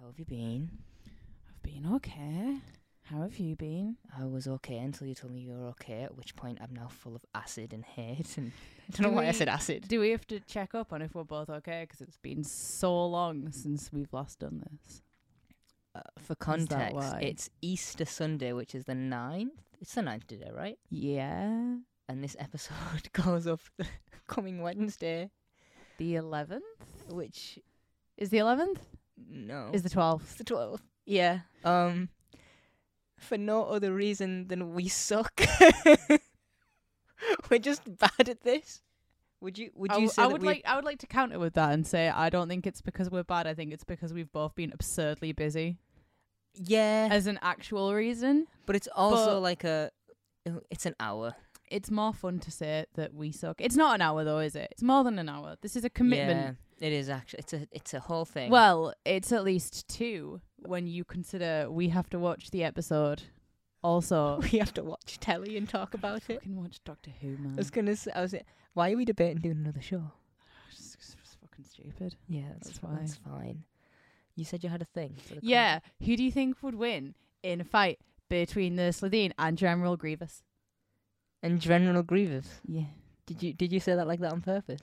have you been? I've been okay. How have you been? I was okay until you told me you were okay, at which point I'm now full of acid and hate. And I don't know Do why I we- said acid. Do we have to check up on if we're both okay? Because it's been so long since we've last done this. Uh, for that context, why? it's Easter Sunday, which is the 9th. It's the 9th today, right? Yeah. And this episode goes up the coming Wednesday, The 11th? which, Is the 11th? no. Is the 12th? It's the 12th. Yeah. Um, for no other reason than we suck. We're just bad at this. Would you? Would I you w- say I that would we? like I would like to counter with that and say I don't think it's because we're bad. I think it's because we've both been absurdly busy yeah, as an actual reason. but it's also but- like a. oh, It's an hour. It's more fun to say that we suck. It's not an hour though, is it? It's more than an hour. This is a commitment. Yeah, it is actually. It's a. It's a whole thing. Well, it's at least two when you consider we have to watch the episode. Also, we have to watch telly and talk about I it. fucking watch Doctor Who, man. I was gonna. Say, I was. Why are we debating doing another show? It's just- it's fucking stupid. Yeah, That's fi- That's fine. You said you had a thing. For the con- Yeah, who do you think would win in a fight between the Slytherin and General Grievous? and General Grievous. Yeah. Did you Did you say that like that on purpose?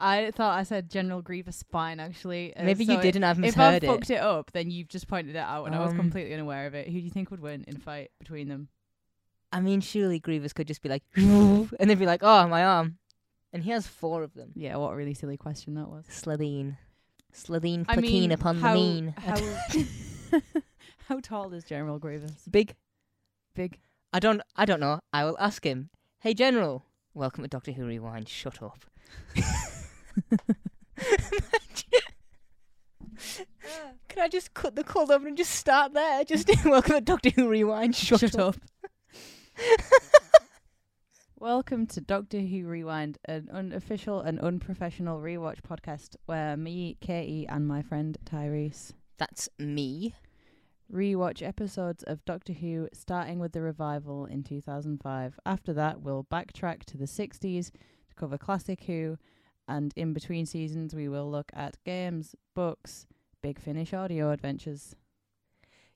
I thought I said General Grievous spine actually. uh, Maybe so you didn't. I've If I misheard it. fucked it up, then you've just pointed it out, and I was Um, completely unaware of it. Who do you think would win in a fight between them? I mean, surely Grievous could just be like, and they'd be like, oh, my arm. And he has four of them. Yeah, what a really silly question that was. Slitheen. Slitheen, I mean, plateen upon how- the mean. How, how tall is General Grievous? Big. Big. I don't. I don't know. I will ask him. Hey, General. Welcome to Doctor Who Rewind. Shut up. Can I just cut the cold open and just start there? Just welcome to Doctor Who Rewind. Shut, up. Welcome to Doctor Who Rewind, an unofficial and unprofessional rewatch podcast where me, Katie, and my friend Tyrese That's me. rewatch episodes of Doctor Who, starting with the revival in 2005. After that, we'll backtrack to the 60s to cover Classic Who, and in between seasons, we will look at games, books, Big Finish audio adventures.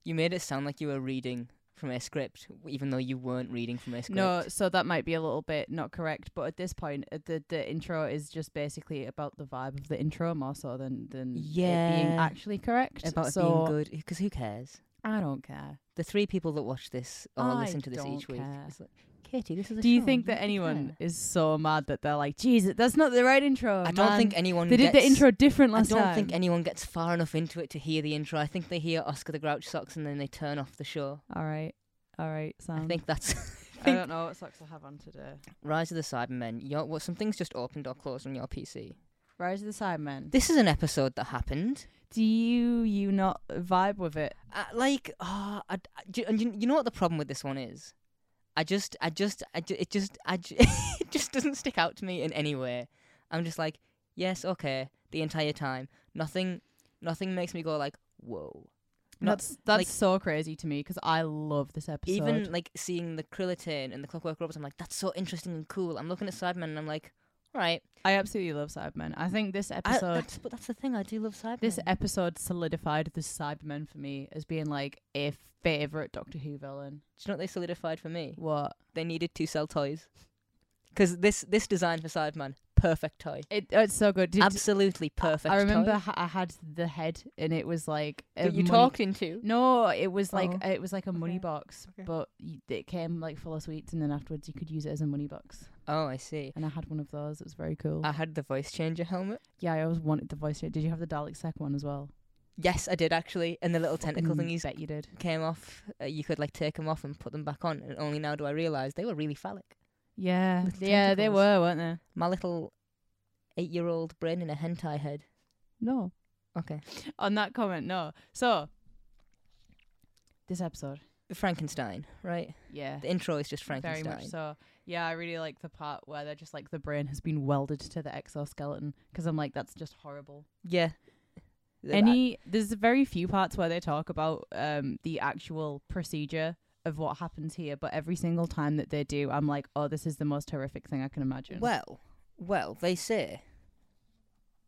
You made it sound like you were reading from a script, even though you weren't reading from a script. No, so that might be a little bit not correct, but at this point, uh, the the intro is just basically about the vibe of the intro more so than than it being Yeah. actually correct. about so it being good because who cares? I don't care. The three people that watch this or I listen to this don't each week, care. it's like, Katie, this is. A Do you show, think that don't anyone care." is so mad that they're like, "Jesus, that's not the right intro"? I don't Oh, man." think anyone. They did the gets- intro different I last don't time. think anyone gets far enough into it to hear the intro. I think they hear Oscar the Grouch socks and then they turn off the show. all right, all right, Sam. I think that's I think- don't know what socks I have on today. Rise of the Cybermen. Your well, something's just opened or closed on your PC. Rise of the Sidemen. This is an episode that happened. Do you you not vibe with it? Uh, like, ah, I, I- do- and you, you know what the problem with this one is? I just, I just, I ju- it just, I ju- it just doesn't stick out to me in any way. I'm just like, yes, okay, the entire time. Nothing, nothing makes me go like, whoa. Not that's that's like- so crazy to me because I love this episode. even like seeing the Krillitane and the Clockwork Robots. I'm like, that's so interesting and cool. I'm looking at Sidemen and I'm like, all right, I absolutely love Sidemen. I think this I, episode that's but that's the thing. I do love Sidemen. this episode solidified the Cybermen for me as being like a favorite Doctor Who villain. do you know what they solidified for me? What? They needed to sell toys. 'Cause this this design for Sideman, perfect toy. It, oh, it's so good. Did- absolutely perfect. I remember toy. ha- I had the head and it was like a that you money- talked into. No, it was like Oh. it was like a money Okay. box, Okay. but y- it came like full of sweets, and then afterwards you could use it as a money box. Oh, I see. And I had one of those. It was very cool. I had the voice changer helmet. yeah, I always wanted the voice. Did you have the Dalek Sec one as well? Yes, I did actually. And the little tentacle Mm, thingies Bet you did. came off. Uh, you could like take them off and put them back on. And only now do I realise they were really phallic. Yeah, With yeah, they tentacles. were, weren't they? My little eight-year-old brain in a hentai head. No. Okay. On that comment, no. So, this episode, The Frankenstein, right? yeah, The intro is just very Frankenstein. much so. Yeah, I really like the part where they're just like the brain has been welded to the exoskeleton because I'm like that's just horrible. Yeah. Th- any there's very few parts where they talk about um the actual procedure of what happens here but every single time that they do i'm like oh this is the most horrific thing i can I- imagine well, well, they say.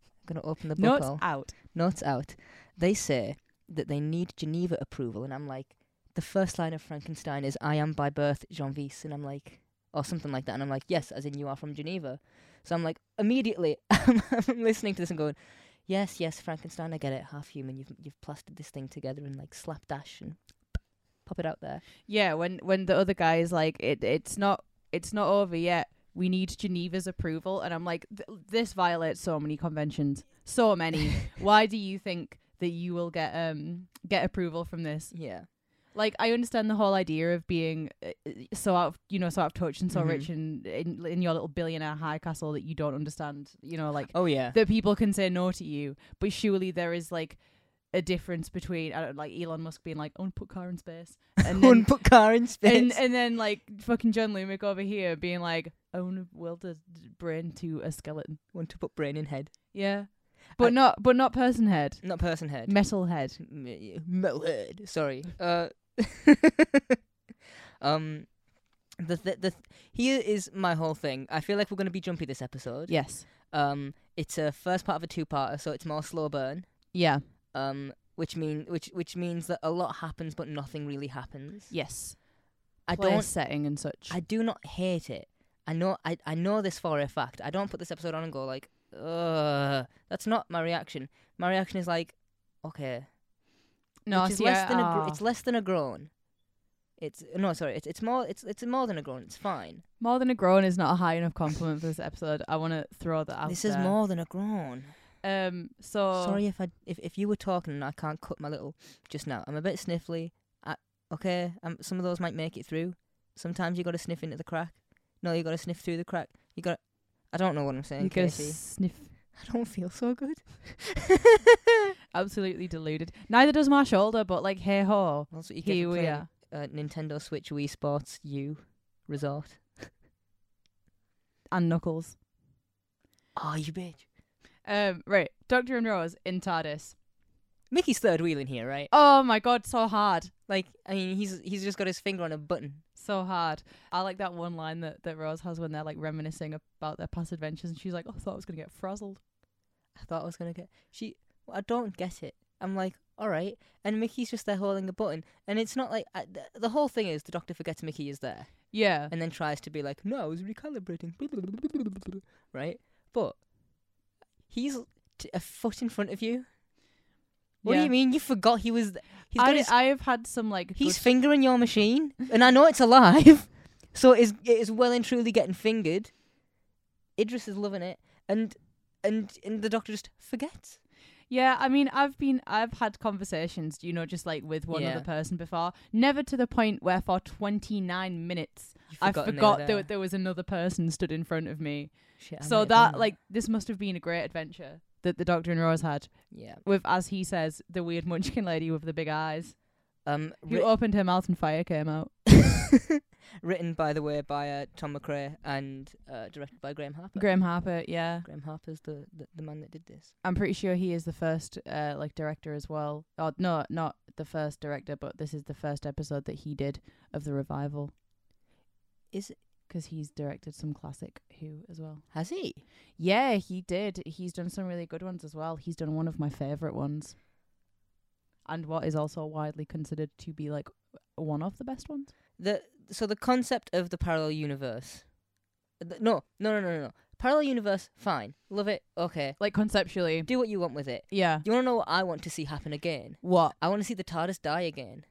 I'm gonna open the book. notes all. out Notes out. They say that they need Geneva approval, and I'm like, the first line of Frankenstein is "I am by birth Jean Vise," and I'm like, or something like that, and I'm like, yes, as in you are from Geneva. So I'm like, immediately, I'm, I'm listening to this and going, yes, yes, Frankenstein, I get it, half human. You've you've plastered this thing together and like slapdash and pop it out there. Yeah, when when the other guy is like, it it's not it's not over yet. We need Geneva's approval, and I'm like, th- this violates so many conventions, so many. Why do you think that you will get um get approval from this? Yeah. Like, I understand the whole idea of being uh, uh, so out, of, you know, so out of touch and so Mhm. rich and in, in your little billionaire high castle that you don't understand. You know, like Oh yeah. that people can say no to you, but surely there is like a difference between I don't like Elon Musk being like, "I want to put car in space," and then, One put car in space. and and then like fucking John Lumick over here being like, "I want to weld a brain to a skeleton." One to put brain in head, Yeah, but I- not but not person head, not person head. metal head. M- yeah, Metalhead. Sorry. Uh, um, the th- the th- here is my whole thing. I feel like we're gonna be jumpy this episode. Yes. Um, it's a first part of a two-parter, so it's more slow burn. Yeah. Um, which mean which which means that a lot happens, but nothing really happens. Yes. I Place don't. setting and such. I do not hate it. I know. I I know this for a fact. I don't put this episode on and go like, ugh. That's not my reaction. My reaction is like, okay. no, which is see, less I- than a ah. gr- it's less than a groan. It's no, sorry, it's it's more it's it's more than a groan. It's fine. more than a groan is not a high enough compliment for this episode. I want to throw that out. this is is more than a groan. Um. So Sorry if I if if you were talking and I can't cut my little just now. I'm a bit sniffly. I, okay, um, some of those might make it through. Sometimes you got to sniff into the crack. No, you got to sniff through the crack. You got. I don't know what I'm saying, You gotta Casey. sniff I don't feel so good. absolutely deluded. Neither does my shoulder, but like, hey ho, That's what you get here for we playing, are. Uh, Nintendo Switch Wii Sports U Resort. And knuckles. Oh, you bitch. Um, right, Doctor and Rose in TARDIS. Mickey's third wheel in here, right? Oh my god, so hard, Like, I mean, he's he's just got his finger on a button. so hard. I like that one line that that Rose has when they're like reminiscing about their past adventures, and she's like, oh, I thought I was gonna get frazzled. I thought I was gonna get she. I don't get it. I'm like, all right, and Mickey's just there holding a button, and it's not like I, the, the whole thing is the doctor forgets Mickey is there, Yeah, and then tries to be like, no, I was recalibrating, right? But he's t- a foot in front of you. What do Yeah. you mean? You forgot he was. Th- he's got I his I have had some like He's good- fingering your machine, and I know it's alive, so it is, it is well and truly getting fingered. Idris is loving it, and and and the doctor just forgets. yeah. I mean, I've been I've had conversations, you know, just like with one Yeah. other person before, never to the point where for twenty nine minutes I forgot that there was another person stood in front of me. so mm. that like this must have been a great adventure that the Doctor and Rose had yeah. with, as he says, the weird munchkin lady with the big eyes Um, who writ- opened her mouth and fire came out. written by the way by uh, Tom McRae and uh, directed by Graham Harper. Graham Harper, yeah, Graham Harper's the, the the man that did this. I'm pretty sure he is the first uh, like director as well. Oh no, not the first director, but this is the first episode that he did of the revival. Is it- because he's directed some classic Who as well. Has he? Yeah, he did. He's done some really good ones as well. He's done one of my favorite ones. And what is also widely considered to be like one of the best ones. the so the concept of the parallel universe. Th- no, no, no, no, no, no. Parallel universe, fine, love it. Okay, Like conceptually. do what you want with it. Yeah. You want to know what I want to see happen again? What? I want to see the TARDIS die again.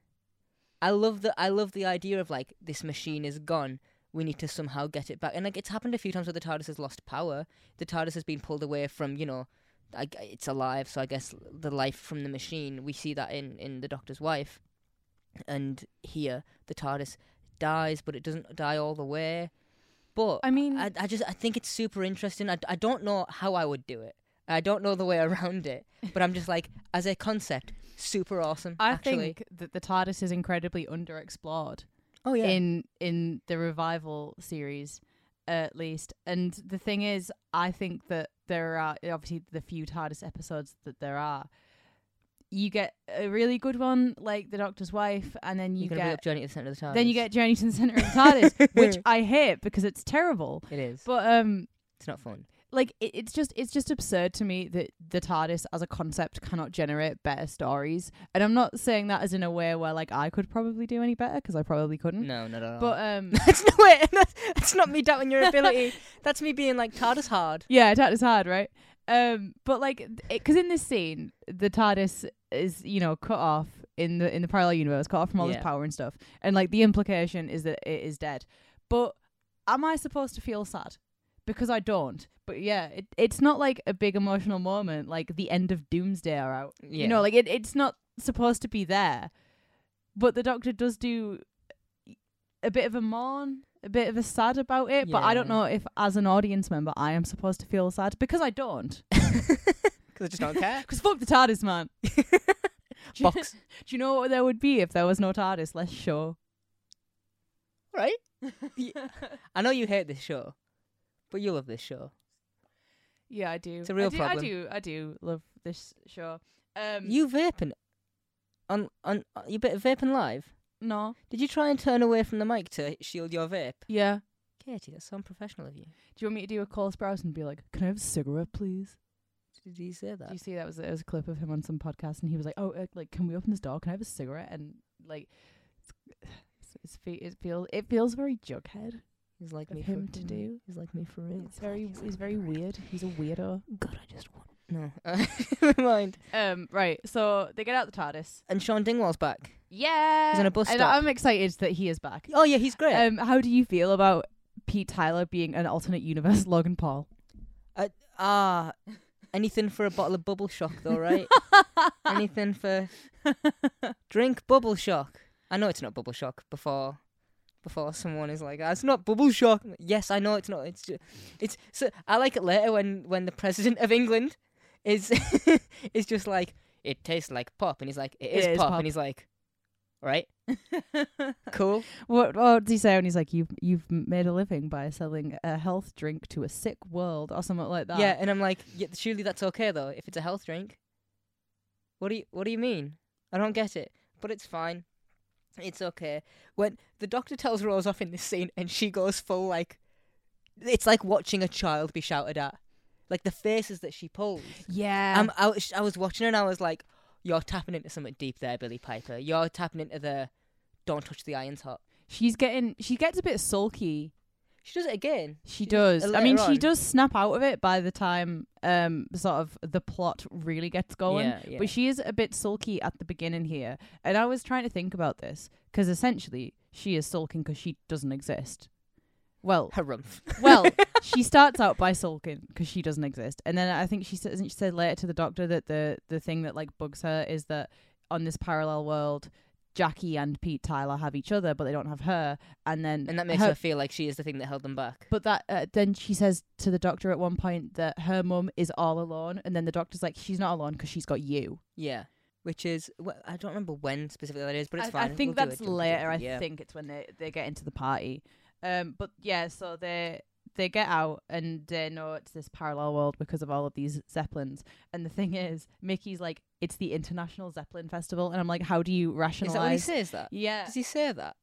I love the I love the idea of like this machine is gone. We need to somehow get it back. And like it's happened a few times where the TARDIS has lost power. The TARDIS has been pulled away from you know, I, g- it's alive. So I guess the life from the machine. We see that in in the Doctor's wife, and here the TARDIS dies, but it doesn't die all the way. But I mean, I, I just I think it's super interesting. I, I don't know how I would do it. I don't know the way around it. But I'm just like, as a concept, super awesome. I actually. think that the TARDIS is incredibly underexplored Oh yeah. in in the revival series, at least. And the thing is, I think that there are obviously the few TARDIS episodes that there are. You get a really good one, like the Doctor's wife, and then you you can bring get up Journey to the Center of the TARDIS. then you get Journey to the Center of the TARDIS, which I hate because it's terrible. It is. But um, it's not fun. like it, it's just it's just absurd to me that the TARDIS as a concept cannot generate better stories. And I'm not saying that as in a way where like I could probably do any better because I probably couldn't. No, not at all. Hmm? But um that's not it. That's, that's not me doubting your ability. that's me being like TARDIS hard. yeah, TARDIS hard, right? Um but like because in this scene the TARDIS is you know cut off in the in the parallel universe, cut off from all Yeah. this power and stuff. And like the implication is that it is dead. But am I supposed to feel sad? Because I don't. But yeah, it, it's not like a big emotional moment like the end of Doomsday are out. Yeah. You know, like it, it's not supposed to be there. But the doctor does do a bit of a mourn, a bit of a sad about it. But I don't Yeah. know if, as an audience member, I am supposed to feel sad because I don't. because I just don't care. Because fuck the TARDIS, man. Box. Do you know what there would be if there was no TARDIS? Less show. Right? I know you hate this show, but you love this show. Yeah, I do. It's a real I do, problem. I do. I do love this show. Um, You vaping on on uh, you bit of vaping live. no. Did you try and turn away from the mic to shield your vape? Yeah. Katie, that's so unprofessional of you. Do you want me to do a Cole Sprouse and be like, "Can I have a cigarette, please"? Did you say that? Do you see that was it was a clip of him on some podcast, and he was like, "Oh, uh, like, can we open this door? Can I have a cigarette?" And like, it's, it's, fe- it feels it feels very Jughead. He's like Of me him for to mm, do. He's like me for real. It's very it's very weird. He's a weirdo. God, I just want. No, uh, never mind. Um, right. So they get out the TARDIS. And Sean Dingwall's back. Yeah, on a bus and stop. I'm excited that he is back. Oh yeah, he's great. Um, how do you feel about Pete Tyler being an alternate universe Logan Paul? ah, anything for a bottle of bubble shock, though, right? anything for drink bubble shock. I know it's not bubble shock. Before, before someone is like, "Ah, it's not bubble shock. Yes, I know it's not. It's just, it's. So I like it later when when the president of England is is just like, it tastes like pop, and he's like, it is, pop, and he's like, right, cool. What what does he say? And he's like, "You've you've made a living by selling a health drink to a sick world, or something like that." Yeah, and I'm like, yeah, surely that's okay though, if it's a health drink. What do you What do you mean? I don't get it, but it's fine. It's okay. When the doctor tells Rose off in this scene, and she goes full like, it's like watching a child be shouted at, like the faces that she pulls. yeah. Um, I was I was watching and I was like, you're tapping into something deep there, Billy Piper. You're tapping into the, don't touch the iron's hot. she's getting she gets a bit sulky. She does it again. She She- does. I mean, later on. she does snap out of it by the time um sort of the plot really gets going. Yeah, yeah. But she is a bit sulky at the beginning here, and I was trying to think about this because essentially she is sulking because she doesn't exist. Well, Harumph. Well, she starts out by sulking because she doesn't exist, and then I think she says she said later to the doctor that the the thing that like bugs her is that on this parallel world, Jackie and Pete Tyler have each other, but they don't have her, and then and that makes her. her feel like she is the thing that held them back. but that uh, then she says to the doctor at one point that her mum is all alone, and then the doctor's like, she's not alone because she's got you. Yeah, which is wh- I don't remember when specifically that is, but it's I, fine. I think we'll do that's it, we'll do it, later. I yeah. think it's when they they get into the party. Um, but yeah, so they they get out and they know it's this parallel world because of all of these zeppelins. And the thing is, Mickey's like, it's the International Zeppelin Festival, and I'm like, how do you Is that when he rationalize? says that? yeah, Does he say that?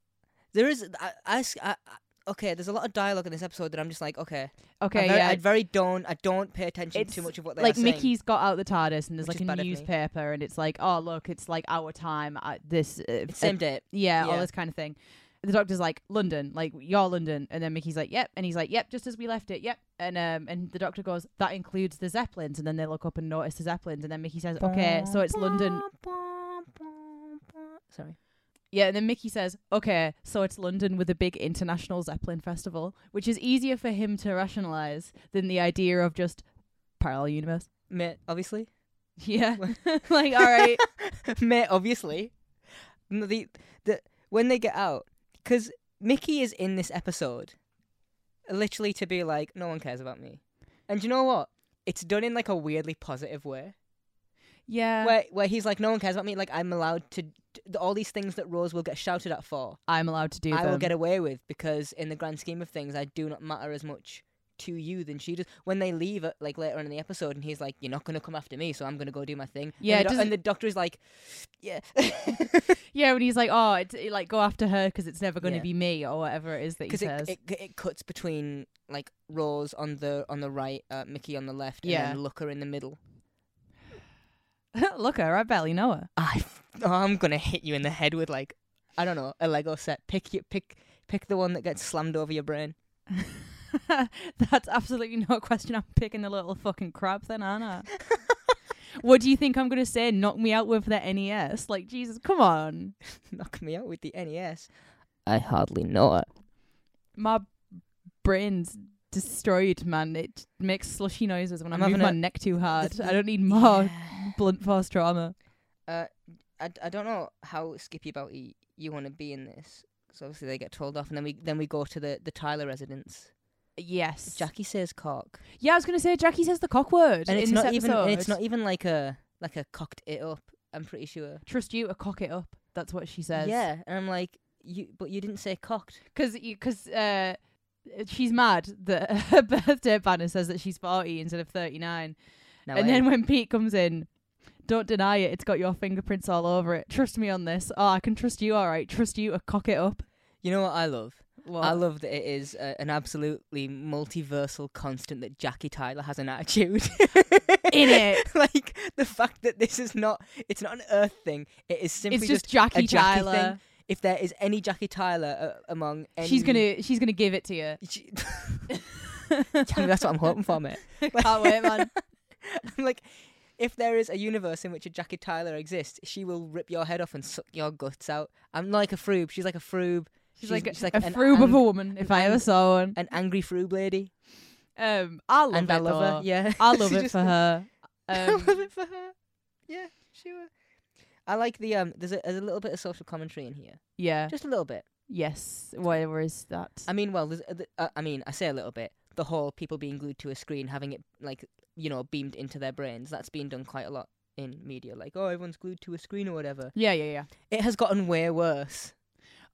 There is. I, I s- I- I- okay. There's a lot of dialogue in this episode that I'm just like, okay. I okay, very, yeah. I very don't. I don't pay attention It's to much of what they like are saying. Mickey's got out the TARDIS, and there's Which is bad like a of me. newspaper, and it's like, oh look, it's like our time at this. Uh, It's at same date. yeah, all Yeah. this kind of thing. The doctor's like, London, like you're London, and then Mickey's like, yep, and he's like, yep, just as we left it, yep, and um, and the doctor goes, that includes the zeppelins, and then they look up and notice the zeppelins, and then Mickey says, okay, so it's London, Sorry. yeah, and then Mickey says, okay, so it's London with a big international zeppelin festival, which is easier for him to rationalize than the idea of just parallel universe. Mate, obviously. Yeah, like all right, Mate, obviously. No, The, the, when they get out, because Mickey is in this episode literally to be like, no one cares about me. And you know what? It's done in like a weirdly positive way. yeah, Where, where he's like, no one cares about me. Like, I'm allowed to. d- All these things that Rose will get shouted at for, I'm allowed to do. I will them. get away with because, in the grand scheme of things, I do not matter as much to you than she does. When they leave, uh, like later on in the episode, and he's like, "You're not gonna come after me, so I'm gonna go do my thing." and Yeah, it the, doc- doesn't- and the doctor is like, "Yeah, Yeah, when he's like, oh, it's, it, like go after her because it's never going to Yeah. be me or whatever it is that he because says. it, it it cuts between like Rose on the on the right, uh, Mickey on the left, Yeah. and then Looker in the middle." Look at her, I barely know her. I oh, I'm gonna hit you in the head with like I don't know a Lego set. Pick you pick pick the one that gets slammed over your brain. That's absolutely no question. I'm picking the little fucking crap then, aren't I? what do you think I'm going to say? Knock me out with the NES? Like, Jesus, come on. Knock me out with the NES. I hardly know it. My brain's destroyed, man. It makes slushy noises when I I'm move having my a- neck too hard. the- I don't need more Yeah. blunt force trauma. Uh, I, d- I don't know how Skippy Bouty you want to be in this. 'Cause obviously they get told off, and then we then we go to the the Tyler residence. Yes. Jackie says cock, yeah, I was going to say, Jackie says the cock word. and it's in this not even and it's episode. not even like a like a cocked it up. I'm pretty sure. trust you to cock it up. That's what she says. Yeah, and I'm like you, but you didn't say cocked. because because uh, she's mad that her birthday banner says that she's forty instead of thirty nine. Now and I- then when Pete comes in, don't deny it. It's got your fingerprints all over it. Trust me on this. Oh, I can trust you. All right, trust you. to cock it up. you know what I love. What? I love that it is uh, an absolutely multiversal constant that Jackie Tyler has an attitude. In it. like the fact that this is not it's not an earth thing. It is simply it's just, just Jackie a Jackie Tyler. thing. if there is any Jackie Tyler uh, among any She's gonna she's gonna give it to you. She- I mean, that's what I'm hoping for, mate. Can't wait, man. I'm like if there is a universe in which a Jackie Tyler exists, she will rip your head off and suck your guts out. I'm like a froob. She's like a froob, She's- She's, like, she's like a an froob of ang- a woman. If I ever ang- saw one, an angry froob lady. um, I love and it. I love though. her. Yeah. I love She it just- for her. I Um, love it for her. Yeah, sure. I like the um. There's a there's a little bit of social commentary in here, yeah. just a little bit. Yes. Where, where is that? I mean, well, there's, uh, th- uh, I mean, I say a little bit. The whole people being glued to a screen, having it like you know beamed into their brains. That's been done quite a lot in media. Like, oh, everyone's glued to a screen or whatever. yeah, yeah, yeah. It has gotten way worse.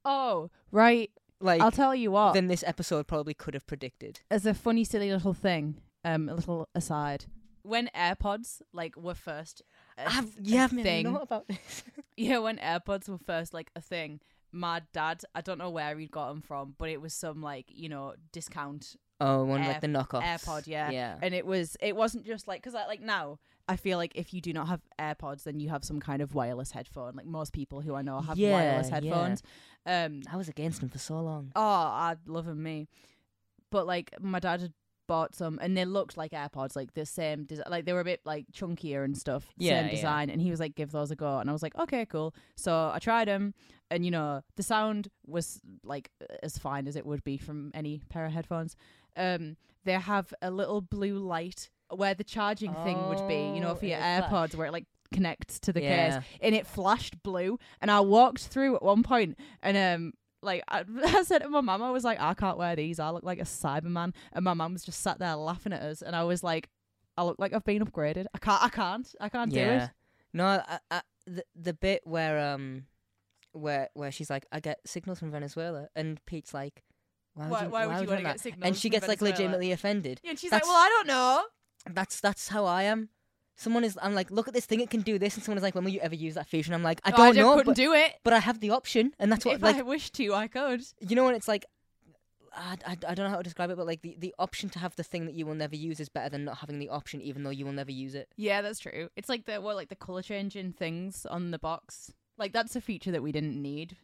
Oh, right. Like I'll tell you what. than this episode probably could have predicted. as a funny, silly little thing, um, a little aside. When AirPods like were first, a I've, th- yeah, a I've made a thing. note about this. yeah, when AirPods were first like a thing, my dad, I don't know where he'd got them from, but it was some like you know discount, oh, one Air- like the knockoffs. AirPod, yeah. Yeah. and it was it wasn't just like because like now I feel like if you do not have AirPods, then you have some kind of wireless headphone. Like most people who I know have Yeah, wireless yeah. headphones. Um, I was against them for so long. Oh, I love 'em, me. But like my dad had bought some, and they looked like AirPods, like the same design. Like they were a bit like chunkier and stuff, Yeah, same yeah. design. And he was like, "Give those a go," and I was like, "Okay, cool." So I tried 'em and you know the sound was like as fine as it would be from any pair of headphones. Um, they have a little blue light where the charging thing would be, you know, Oh, for your it'll AirPods, flash. where it like connects to the case yeah. and it flashed blue. And I walked through at one point, and um, like I, I said to my mum, I was like, I can't wear these. I look like a Cyberman. And my mum was just sat there laughing at us, and I was like, I look like I've been upgraded. I can't. I can't. I can't do it. No, I, I, the the bit where um where where she's like, I get signals from Venezuela, and Pete's like, Why would you, want wanna that? signals? And she from gets like Venezuela? legitimately offended. Yeah, and she's like, That's- well, I don't know. Oh, That's that's how I am. Someone is, I'm like, look at this thing, it can do this, and someone is like, when will you ever use that feature? And I'm like, I Oh, don't just know, Couldn't but, do it. but I have the option, and that's what if like I wished to, I could. you know when it's like. I, I, I don't know how to describe it, but like the, the option to have the thing that you will never use is better than not having the option, even though you will never use it. Yeah, that's true. It's like the what, like the color changing things on the box. Like that's a feature that we didn't need,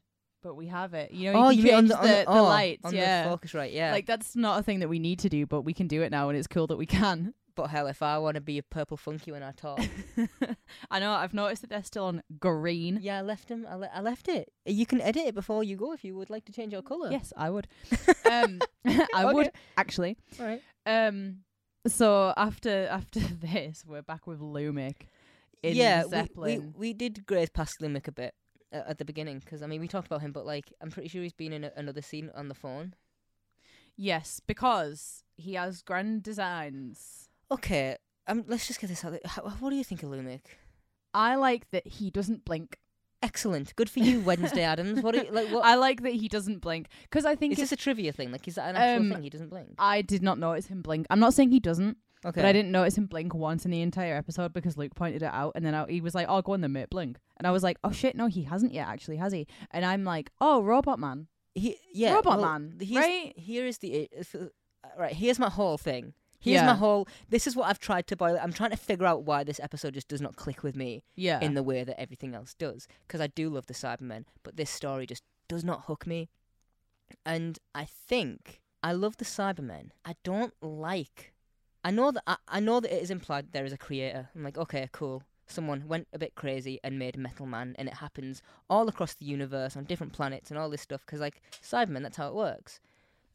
but we have it. You know, you can change the, the oh, lights. on yeah, the focus right? Yeah, like that's not a thing that we need to do, but we can do it now, and it's cool that we can. But hell, if I want to be a purple funky when I talk, I know. I've noticed that they're still on green. yeah, I left him. I, le- I left it. You can edit it before you go if you would like to change your color. Yes, I would. Um, I would actually. All right. Um, so after after this, we're back with Lumic. In yeah, we- We, we Zeppelin. did graze past Lumic a bit uh, at the beginning 'cause I mean we talked about him, but like I'm pretty sure he's been in a, another scene on the phone. Yes, because he has grand designs. Okay, um, let's just get this out. There. How, what do you think of Lumic? I like that he doesn't blink. Excellent. Good for you, Wednesday Adams. What are you, like? What I like that he doesn't blink because I think is it's, this a trivia thing? Like, is that an actual Um, thing? He doesn't blink. I did not notice him blink. I'm not saying he doesn't, Okay. but I didn't notice him blink once in the entire episode because Luke pointed it out, and then I, he was like, "Oh, go on then, mate, blink," and I was like, "Oh shit, no, he hasn't yet, actually, has he?" And I'm like, "Oh, Robot Man, He, yeah. Robot well, Man, here's- right?" Here is the i- if, uh, right. Here's my whole thing. Here's Yeah. my whole. This is what I've tried to boil. I'm trying to figure out why this episode just does not click with me Yeah, in the way that everything else does. Because I do love the Cybermen, but this story just does not hook me. And I think I love the Cybermen. I don't like. I know that I, I know that it is implied there is a creator. I'm like, okay, cool. Someone went a bit crazy and made Metal Man, and it happens all across the universe on different planets and all this stuff. Because like Cybermen, that's how it works.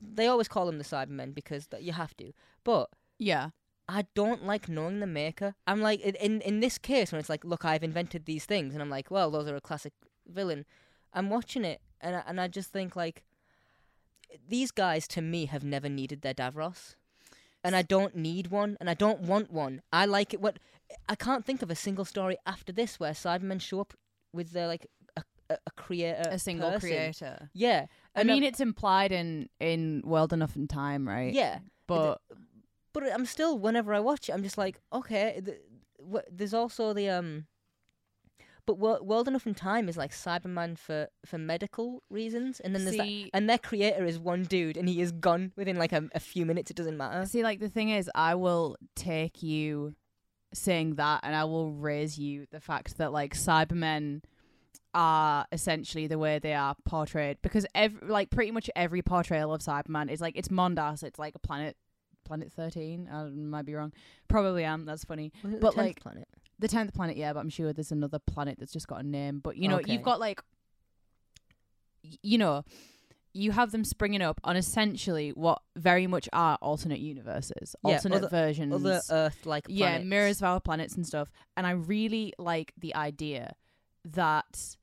They always call them the Cybermen because that you have to. But yeah, I don't like knowing the maker. I'm like in- in in this case when it's like, look, I've invented these things, and I'm like, well, those are a classic villain. I'm watching it, and I, and I just think like, these guys to me have never needed their Davros, and I don't need one, and I don't want one. I like it. What I can't think of a single story after this where Cybermen show up with their like a a, a creator, a single person. creator. Yeah, I And mean, it's implied in in World Enough in Time, right? yeah. but but I'm still whenever I watch it, I'm just like, okay. Th- w- there's also the um, but Wo- World Enough in Time is like Cyberman for for medical reasons, and then there's that, see, and their creator is one dude, and he is gone within like a, a few minutes. It doesn't matter. see, like the thing is, I will take you saying that, and I will raise you the fact that like Cybermen are essentially the way they are portrayed because every like pretty much every portrayal of Cyberman is like it's Mondas, it's like a planet, planet thirteen. I might be wrong, probably am. That's funny. Was it the but, 10th like, planet. the tenth planet, yeah, but I'm sure there's another planet that's just got a name. But you know, Okay. you've got like, y- you know, you have them springing up on essentially what very much are alternate universes, Yeah, alternate other- versions, other Earth like yeah, mirrors of our planets and stuff. And I really like the idea that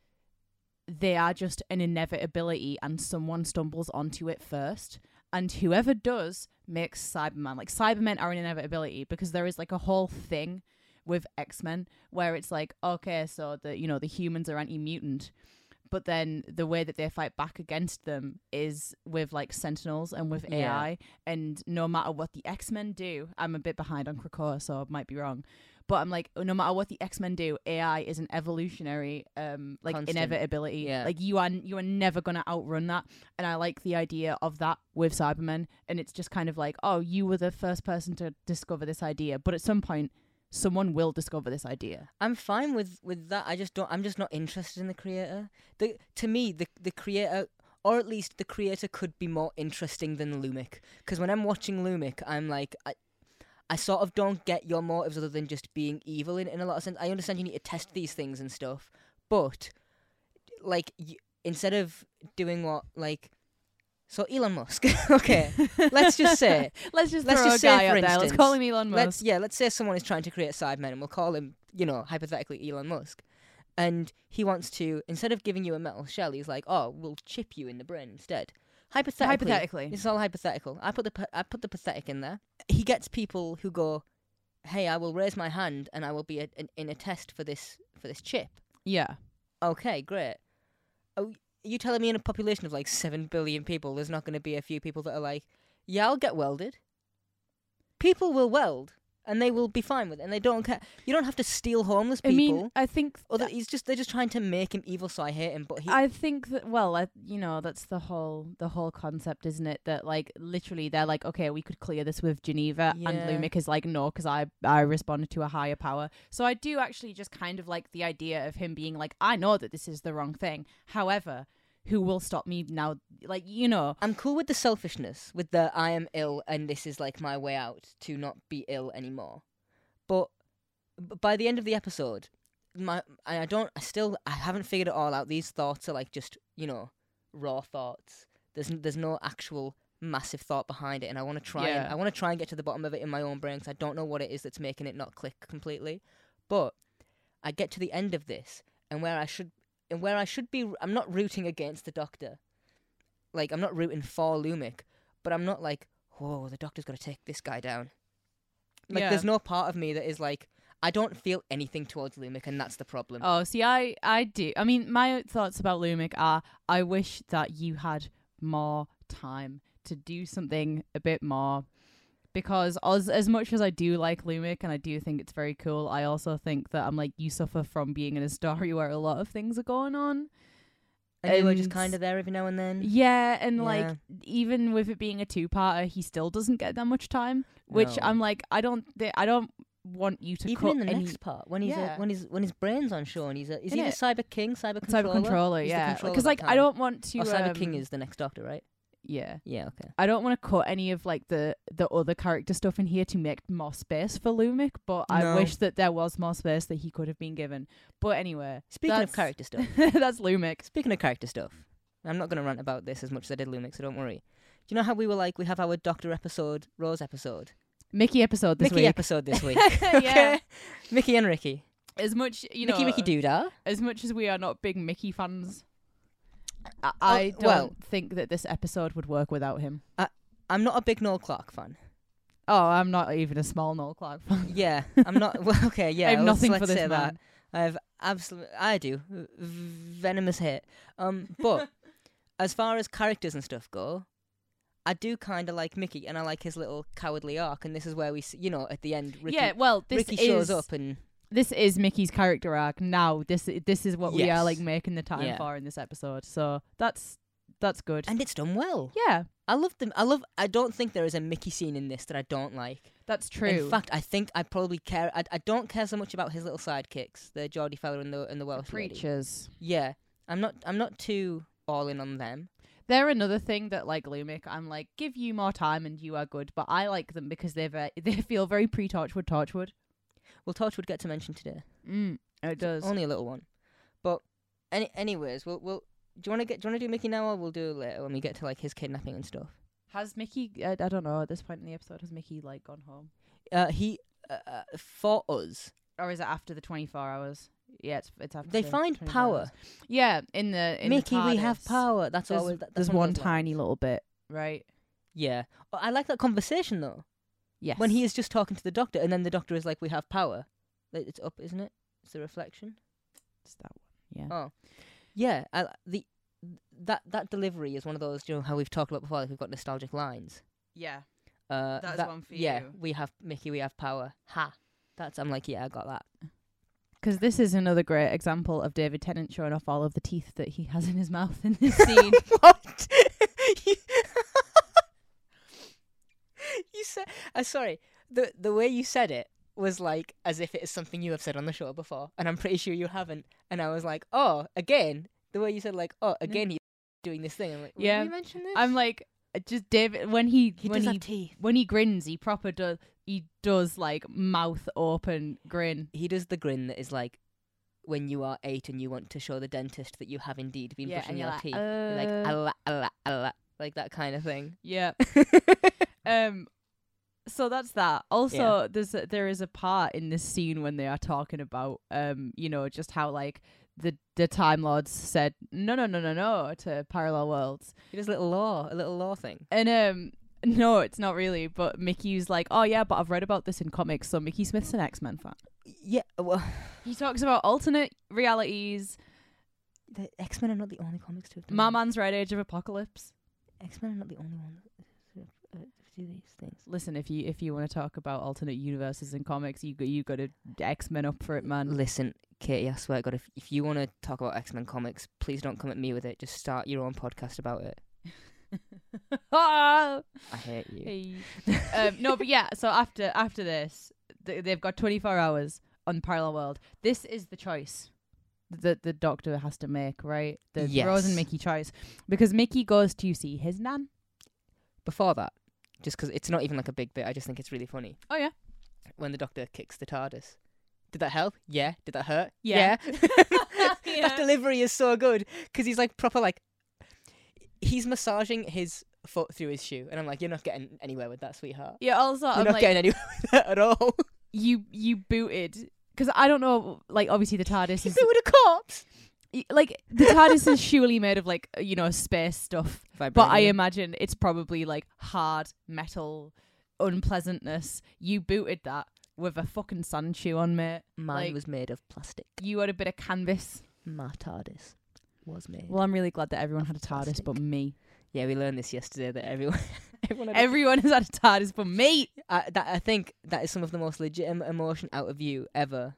they are just an inevitability, and someone stumbles onto it first. And whoever does makes Cyberman. Like Cybermen are an inevitability because there is like a whole thing with X Men where it's like, okay, so the you know the humans are anti mutant, but then the way that they fight back against them is with like Sentinels and with Yeah. AI, and no matter what the X Men do, I'm a bit behind on Krakoa, so I might be wrong. But I'm like, no matter what the X Men do, AI is an evolutionary, um, like Constant. inevitability. Yeah. Like you are, you are never gonna outrun that. And I like the idea of that with Cybermen. And it's just kind of like, oh, you were the first person to discover this idea, but at some point, someone will discover this idea. I'm fine with with that. I just don't. I'm just not interested in the creator. The to me the the creator. Or at least the creator could be more interesting than Lumic. Because when I'm watching Lumic, I'm like, I, I sort of don't get your motives other than just being evil in, in a lot of sense. I understand you need to test these things and stuff, but like y- instead of doing what like, so Elon Musk, okay, let's just say, let's just Let's throw just a say, guy for out there. Let's instance, call him Elon Musk. let's yeah, let's say someone is trying to create Cybermen, and we'll call him, you know, hypothetically Elon Musk, and he wants to instead of giving you a metal shell, he's like, oh, we'll chip you in the brain instead. Hypothetically, hypothetically. It's all hypothetical. I put the pa- I put the pathetic in there. He gets people who go, "Hey, I will raise my hand and I will be a, in, in a test for this for this chip." Yeah. Okay, great. Oh, y- you telling me in a population of like seven billion people, there's not going to be a few people that are like, "Yeah, I'll get welded." People will weld, and they will be fine with it, and they don't care. You don't have to steal homeless I people. mean, uh I think or that he's just—they're just trying to make him evil, so I hate him. But he, I think that well, I, you know, that's the whole the whole concept, isn't it? That like literally they're like, okay, we could clear this with Geneva, and Yeah. Lumic is like, no, because I I responded to a higher power. So I do actually just kind of like the idea of him being like, I know that this is the wrong thing. However, who will stop me now? Like you know, I'm cool with the selfishness, with the I am ill and this is like my way out to not be ill anymore. But b- by the end of the episode, my I I don't I still I haven't figured it all out. These thoughts are like just you know raw thoughts. There's n- there's no actual massive thought behind it, and I want to try and Yeah. I want to try and get to the bottom of it in my own brain 'cause I don't know what it is that's making it not click completely. But I get to the end of this, and where I should and where I should be, I'm not rooting against the doctor. Like I'm not rooting for Lumic, but I'm not like, whoa, the doctor's got to take this guy down. Like Yeah. there's no part of me that is like, I don't feel anything towards Lumic, and that's the problem. Oh, see, I, I do. I mean, my thoughts about Lumic are I wish that you had more time to do something a bit more. Because as, as much as I do like Lumic and I do think it's very cool, I also think that I'm like, you suffer from being in a story where a lot of things are going on. and you were just and- kind of there every now and then. Yeah, and Mm. Yeah. like even with it being a two-parter, he still doesn't get that much time, which No. I'm like, I don't, th- I don't want you to even cut in the any next part when he's Yeah. a, when his when his brain's on show and he's a, is he the Innit? cyber king cyber controller cyber controller, He's the yeah, controller because that like I time. don't want to. oh cyber um, king is the next doctor right yeah. yeah okay I don't want to cut any of like the the other character stuff in here to make more space for Lumic, but I No. wish that there was more space that he could have been given. But anyway, speaking that's, of character stuff that's Lumic. speaking of character stuff I'm not going to rant about this as much as I did Lumix so don't worry do you know how we were like we have our doctor episode Rose episode Mickey episode this Mickey week. episode this week yeah, okay Mickey and Ricky as much you know, uh, Mickey Mickey Doodah as much as we are not big Mickey fans, I, Oh, I don't well- think that this episode would work without him. I'm not a big Noel Clark fan Oh, I'm not even a small Noel Clark fan. yeah I'm not well, okay yeah I have let's- nothing let's for this say man. that I have absolute. I do v- venomous hate. Um, but as far as characters and stuff go, I do kind of like Mickey, and I like his little cowardly arc. And this is where we, s you know, at the end, Ricky, yeah, well, this Ricky is shows up, and this is Mickey's character arc now. This i- this is what we are Yes. like making the time Yeah. for in this episode. So that's that's good. and it's done well. yeah, I love them. I love. I don't think there is a Mickey scene in this that I don't like. that's true. In fact, I think I probably care. I, I don't care so much about his little sidekicks, the Geordie fella and the and the The Welsh lady. preachers. Yeah, I'm not. I'm not too all in on them. They're another thing that like Lumic, I'm like, give you more time and you are good. But I like them because they're very, they feel very pre Torchwood Torchwood. Well, Torchwood gets a mention today. Mm, it does. Only a little one. But any anyways, we'll we'll do you wanna get do you wanna do Mickey now or we'll do it later when we get to like his kidnapping and stuff? Has Mickey? I, I don't know. At this point in the episode, has Mickey like gone home, Uh he uh, uh, for us. or is it after the twenty-four hours? Yeah, it's it's after. They the find 24 power. hours. Yeah, in the in the Mickey, we have TARDIS. power. That's There's, all we- that- that's there's one, one, of those lines. tiny little bit, right? Yeah. Oh, I like that conversation though. Yes. When he is just talking to the doctor and then the doctor is like, We have power. Like, It's up, isn't it? It's the reflection. It's that one. Yeah. Oh. Yeah. I, the that that delivery is one of those, you know, how we've talked about before, like we've got nostalgic lines. Yeah. Uh, That's one for yeah, you. we have Mickey. We have power. Ha! That's I'm like, yeah, I got that. Because this is another great example of David Tennant showing off all of the teeth that he has in his mouth in this scene. what? you said. Uh, sorry. the The way you said it was like as if it is something you have said on the show before, and I'm pretty sure you haven't. And I was like, oh, again. The way you said, like, oh, again, he's doing this thing. I'm like, yeah. Yeah. Did you mention this? I'm like, uh, just David when he, he when does he have teeth. when he grins, he proper does he does like mouth open grin. He does the grin that is like when you are eight and you want to show the dentist that you have indeed been brushing your teeth. You're like "Uh." "Ala, ala, ala," like that kind of thing. Yeah. um so that's that. Also there's a, there is a part in this scene when they are talking about um you know just how like the the time lords said no no no no no to parallel worlds. He does a little law, a little law thing. And um no, it's not really, but Mickey's like, "Oh yeah, but I've read about this in comics, so Mickey Smith's an X-Men fan." Yeah, well, He talks about alternate realities. the X Men are not the only comics to have done. Marman's Red Age of Apocalypse. X Men are not the only ones to have, uh, to do these things. Listen, if you if you want to talk about alternate universes in comics, you go you got to X Men up for it, man. Listen, Katie, I swear to God, if if you want to talk about X Men comics, please don't come at me with it. Just start your own podcast about it. Ah! I hate you. Hey. um, no, but yeah. So after after this, th- they've got 24 hours on Parallel World. This is the choice that the doctor has to make, right? The Rose Yes. and Mickey choice, because Mickey goes to see his nan. Before that, just 'cause it's not even like a big bit, I just think it's really funny. Oh yeah, when the doctor kicks the TARDIS. Did that help? Yeah. Did that hurt? Yeah. Yeah. That delivery is so good because he's like proper like he's massaging his foot through his shoe, and I'm like, you're not getting anywhere with that, sweetheart. yeah. Also, You're I'm not like getting anywhere with that at all. you you booted because I don't know. Like obviously the TARDIS He's is with a corpse. y- like the TARDIS is surely made of like you know space stuff, but I imagine it's probably like hard metal unpleasantness. You booted that with a fucking sand shoe on, mate. Mine Like- was made of plastic. You had a bit of canvas. My TARDIS was made. Well, I'm really glad that everyone had a TARDIS Fantastic. but me. yeah, we learned this yesterday that everyone, everyone, had a- Everyone has had a TARDIS but me. I, that, I think that is some of the most legitimate emotion out of you ever.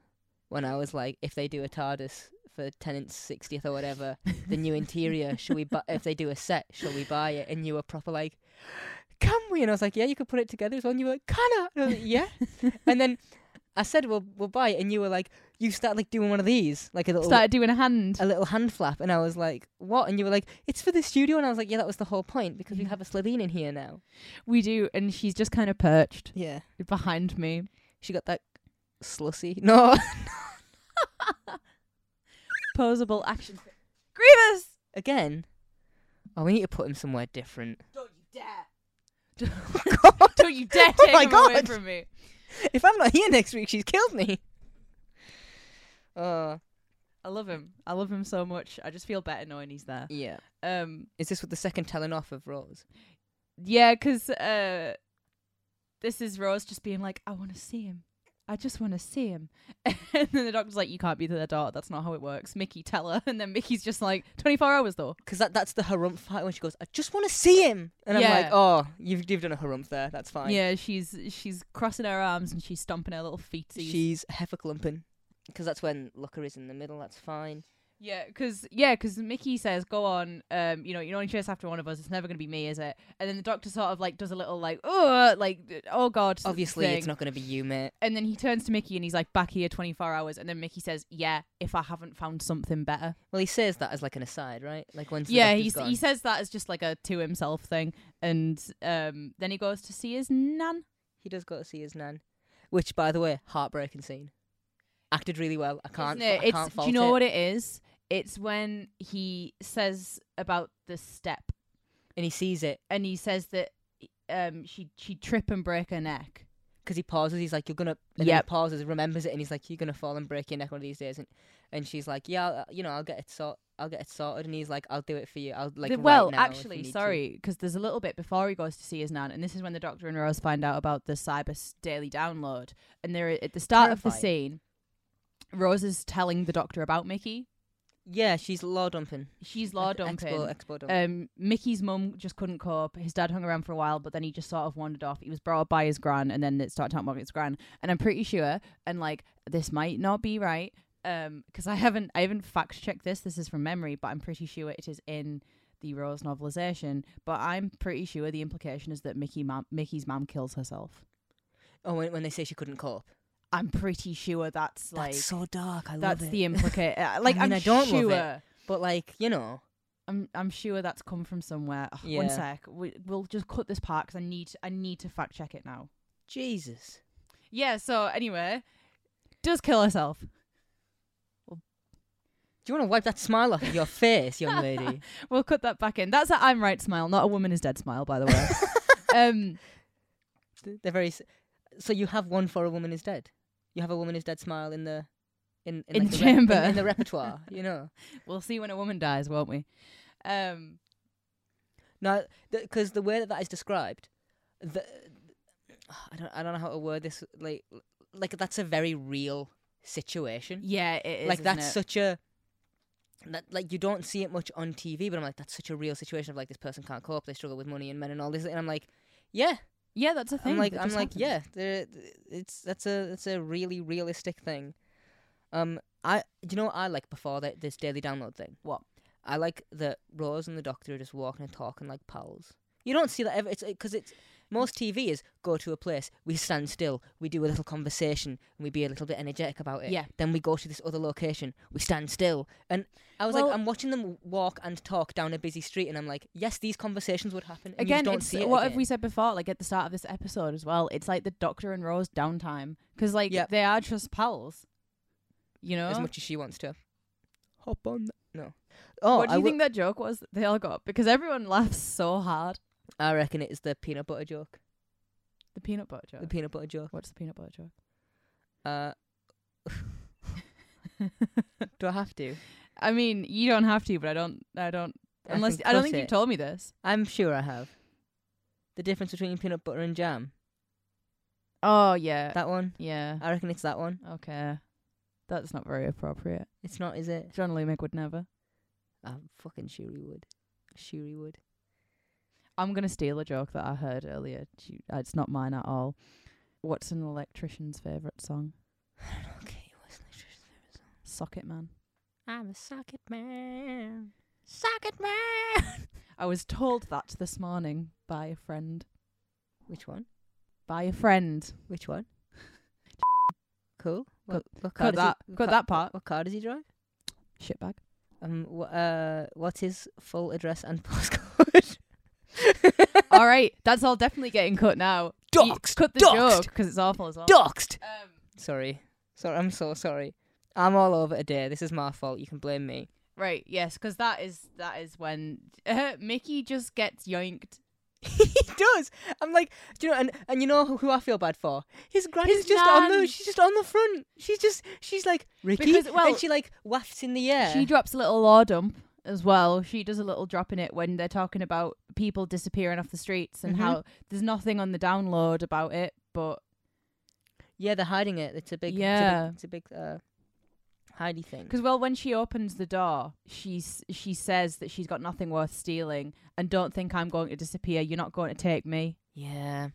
When I was like, if they do a TARDIS for tenant's sixtieth or whatever, the new interior, shall we? Bu- if they do a set, shall we buy it? And you were proper like, can we? And I was like, yeah, you could put it together as well. And you were like, can I? And I was like, yeah. and then I said, we'll we'll buy it. And you were like, you start like doing one of these, like a little Started doing a hand. a little hand flap, and I was like, what? And you were like, it's for the studio. And I was like, yeah, that was the whole point because we Yeah. have a Slovene in here now. We do, and she's just kind of perched Yeah. behind me. She got that slussy. No. Posable action. fi- Grievous! Again. Oh, we need to put him somewhere different. Don't you dare. Don't, don't you dare Oh take my him away God. from me. If I'm not here next week, she's killed me. Oh, I love him. I love him so much. I just feel better knowing he's there. yeah. Um, Is this with the second telling off of Rose? yeah, 'cause uh, this is Rose just being like, I want to see him. I just want to see him. and then the doctor's like, You can't be their daughter. That's not how it works. Mickey, tell her. And then Mickey's just like, 24 hours though. Because that, that's the harumph fight when she goes, I just want to see him. And I'm Yeah. like, oh, you've, you've done a harumph there. That's fine. Yeah, she's she's crossing her arms and she's stomping her little feeties. She's heiferclumping. Because that's when Looker is in the middle. That's fine. Yeah, 'cause yeah, 'cause Mickey says, "Go on, um, you know, you only chase after one of us. It's never gonna be me, is it?" And then the doctor sort of like does a little like, "Oh, like, oh god." Obviously, thing. it's not going to be you, mate. And then he turns to Mickey and he's like, "Back here, twenty four hours." And then Mickey says, "Yeah, if I haven't found something better." Well, he says that as like an aside, right? Like when yeah, he's he he says that as just like a to himself thing, and um, then he goes to see his nan. He does go to see his nan, which, by the way, heartbreaking scene. Acted really well. I can't. Isn't it? I It's- can't fault do you know it. what it is? It's when he says about the step, And he sees it and he says that um, she she trip and break her neck. because he pauses. He's like, "You're gonna." And then he Yep. pauses, remembers it, and he's like, "You're gonna fall and break your neck one of these days." And and she's like, "Yeah, I'll, you know, I'll get it sort. I'll get it sorted." And he's like, "I'll do it for you. I'll like." The- right well, now if you actually, need to." sorry, because there's a little bit before he goes to see his nan, and this is when the Doctor and Rose find out about the Cyber s- Daily Download, and they're at the start of the scene. Rose is telling the Doctor about Mickey. Yeah, she's law dumping. She's law Expo, dumping. expo dump. Um, Mickey's mum just couldn't cope. His dad hung around for a while, but then he just sort of wandered off. He was brought up by his gran, and then it started talking about his gran. And I'm pretty sure, and like this might not be right, um, because I haven't I haven't fact checked this. This is from memory, but I'm pretty sure it is in the Rose novelization. But I'm pretty sure the implication is that Mickey mam- Mickey's mum kills herself. oh, when, when they say she couldn't cope. I'm pretty sure that's like that's so dark. I love that's it. the implication. Like I mean, I'm I don't love sure. it. but like, you know, I'm I'm sure that's come from somewhere. Ugh, One Yeah. sec, we, we'll just cut this part 'cause I need I need to fact check it now. Jesus. Yeah. So anyway, does kill herself. Do you want to wipe that smile off of your face, young lady? We'll cut that back in. That's a I'm right smile, not a woman is dead smile, by the way. um, They're very. s- So you have one for a woman is dead. You have a woman is dead smile in the in in, In like the rep- in- chamber. in, the repertoire. You know, we'll see when a woman dies, won't we? Um, no, because the way that that is described, the I don't I don't know how to word this. Like like that's a very real situation. yeah, it is. like isn't that's it? such a. That, like you don't see it much on TV, but I'm like that's such a real situation of like this person can't cope, they struggle with money and men and all this, and I'm like, yeah, yeah, that's a thing. I'm like, that I'm just like, happens. yeah, there, it's that's a that's a really realistic thing. Um, I you know what I like before that this daily download thing. What? I like that Rose and the Doctor are just walking and talking like pals. You don't see that ever. It's because it's most TV is go to a place, we stand still, we do a little conversation, and we be a little bit energetic about it. Yeah. Then we go to this other location, we stand still, and I was Well- like, I'm watching them walk and talk down a busy street, and I'm like, yes, these conversations would happen. And you just Again, don't it's see it what have again. we said before? Like at the start of this episode as well. It's like the Doctor and Rose downtime because like Yep. they are just pals. You know, as much as she wants to. Hop on. No. Oh, what do I, you wi- think that joke was that they all got? Because everyone laughs so hard. I reckon it is the peanut butter joke. The peanut butter joke. The peanut butter joke. What's the peanut butter joke? Uh, do I have to? I mean, you don't have to, but I don't. I don't. I Unless can I, don't cut think it. you've told me this. I'm sure I have. The difference between peanut butter and jam. Oh yeah, That one? yeah. I reckon it's that one. Okay, that's not very appropriate. It's not, is it? John Lumick would never. I'm fucking sure he would. Sure he would. I'm gonna steal a joke that I heard earlier. Gee, It's not mine at all. What's an electrician's favorite song? Okay, what's an electrician's favourite song? Socket Man. I'm a socket man. Socket man! I was told that this morning by a friend. Which one? By a friend. Which one? cool. What, what car Cut does that. He, what Cut ca- that part. What car does he drive? Shitbag. Um, wh- uh, what's his full address and postcode? all right, that's all definitely getting cut now. You Doxed, Cut the doxed, joke because it's awful as well. Doxed! Um, Sorry. Sorry, I'm so sorry. I'm all over today. This is my fault. You can blame me. right. Yes, because that is that is when Mickey just gets yoinked. he does. I'm like, do you know, and, and you know who, who I feel bad for? His granny's His just on nan. the, she's just on the front. She's just, she's like Ricky, Because, well, and she like wafts in the air. She drops a little law dump as well. She does a little drop in it when they're talking about people disappearing off the streets and Mhm. how there's nothing on the download about it, but yeah, they're hiding it. It's a big, Yeah. it's a big, it's a big uh, hidey thing. Because well, when she opens the door, she's she says that she's got nothing worth stealing, and don't think I'm going to disappear. You're not going to take me. Yeah,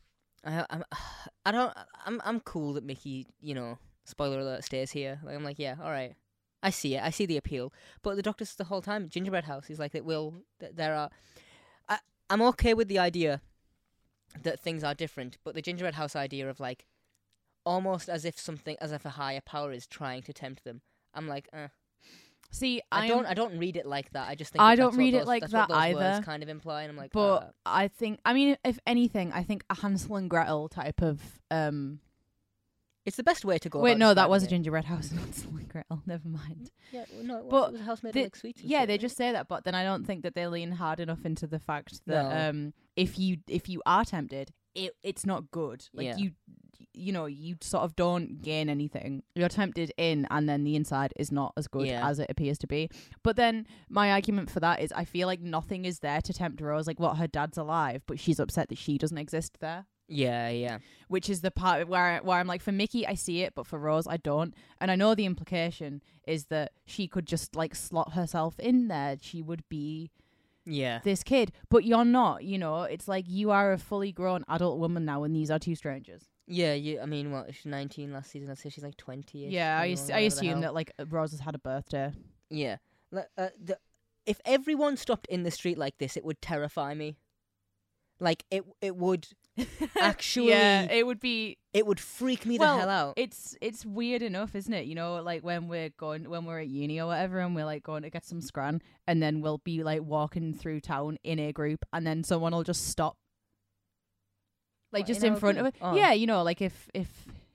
I, I'm, I don't, I'm, I'm cool that Mickey, you know, spoiler alert, stays here. Like, I'm like, yeah, all right, I see it, I see the appeal. But the doctor's the whole time gingerbread house. He's like, that will, that there are, I, I'm okay with the idea that things are different, but the gingerbread house idea of like, almost as if something, as if a higher power is trying to tempt them. I'm like, uh, See, I, I, am- don't, I don't read it like that. I just think I that don't that's what read it those- like that's what that those either. Words kind of imply, and I'm like, but uh, I think I mean, if anything, I think a Hansel and Gretel type of um. it's the best way to go. Wait, about no, that describing was a it. gingerbread house, not Hansel and Gretel. Never mind. Yeah, well, no, it was, But it was a house made the- of like sweets. and Yeah, shit, they right? just say that, but then I don't think that they lean hard enough into the fact that No. um, if you if you are tempted, it it's not good. Like Yeah. you, you know, you sort of don't gain anything. You're tempted in, and then the inside is not as good Yeah. as it appears to be. But then my argument for that is, I feel like nothing is there to tempt Rose. Like, what her dad's alive, but she's upset that she doesn't exist there. Yeah, yeah, Which is the part where where I'm like, for Mickey, I see it, but for Rose, I don't. And I know the implication is that she could just like slot herself in there. She would be yeah. this kid, but you're not. You know, it's like you are a fully grown adult woman now, and these are two strangers. Yeah, you, I mean, what, she's 19 last season, I'd say she's like 20 Yeah, I, as- I assume that like Rose has had a birthday. Yeah. Like, uh, the, if everyone stopped in the street like this, it would terrify me. Like, it it would, Actually- yeah, it would be. it would freak me Well, the hell out. It's it's weird enough, isn't it? You know, like when we're going when we're at uni or whatever, and we're like going to get some scran, and then we'll be like walking through town in a group, and then someone will just stop, like What, just in in our front of group? it. Oh. Yeah, you know, like if if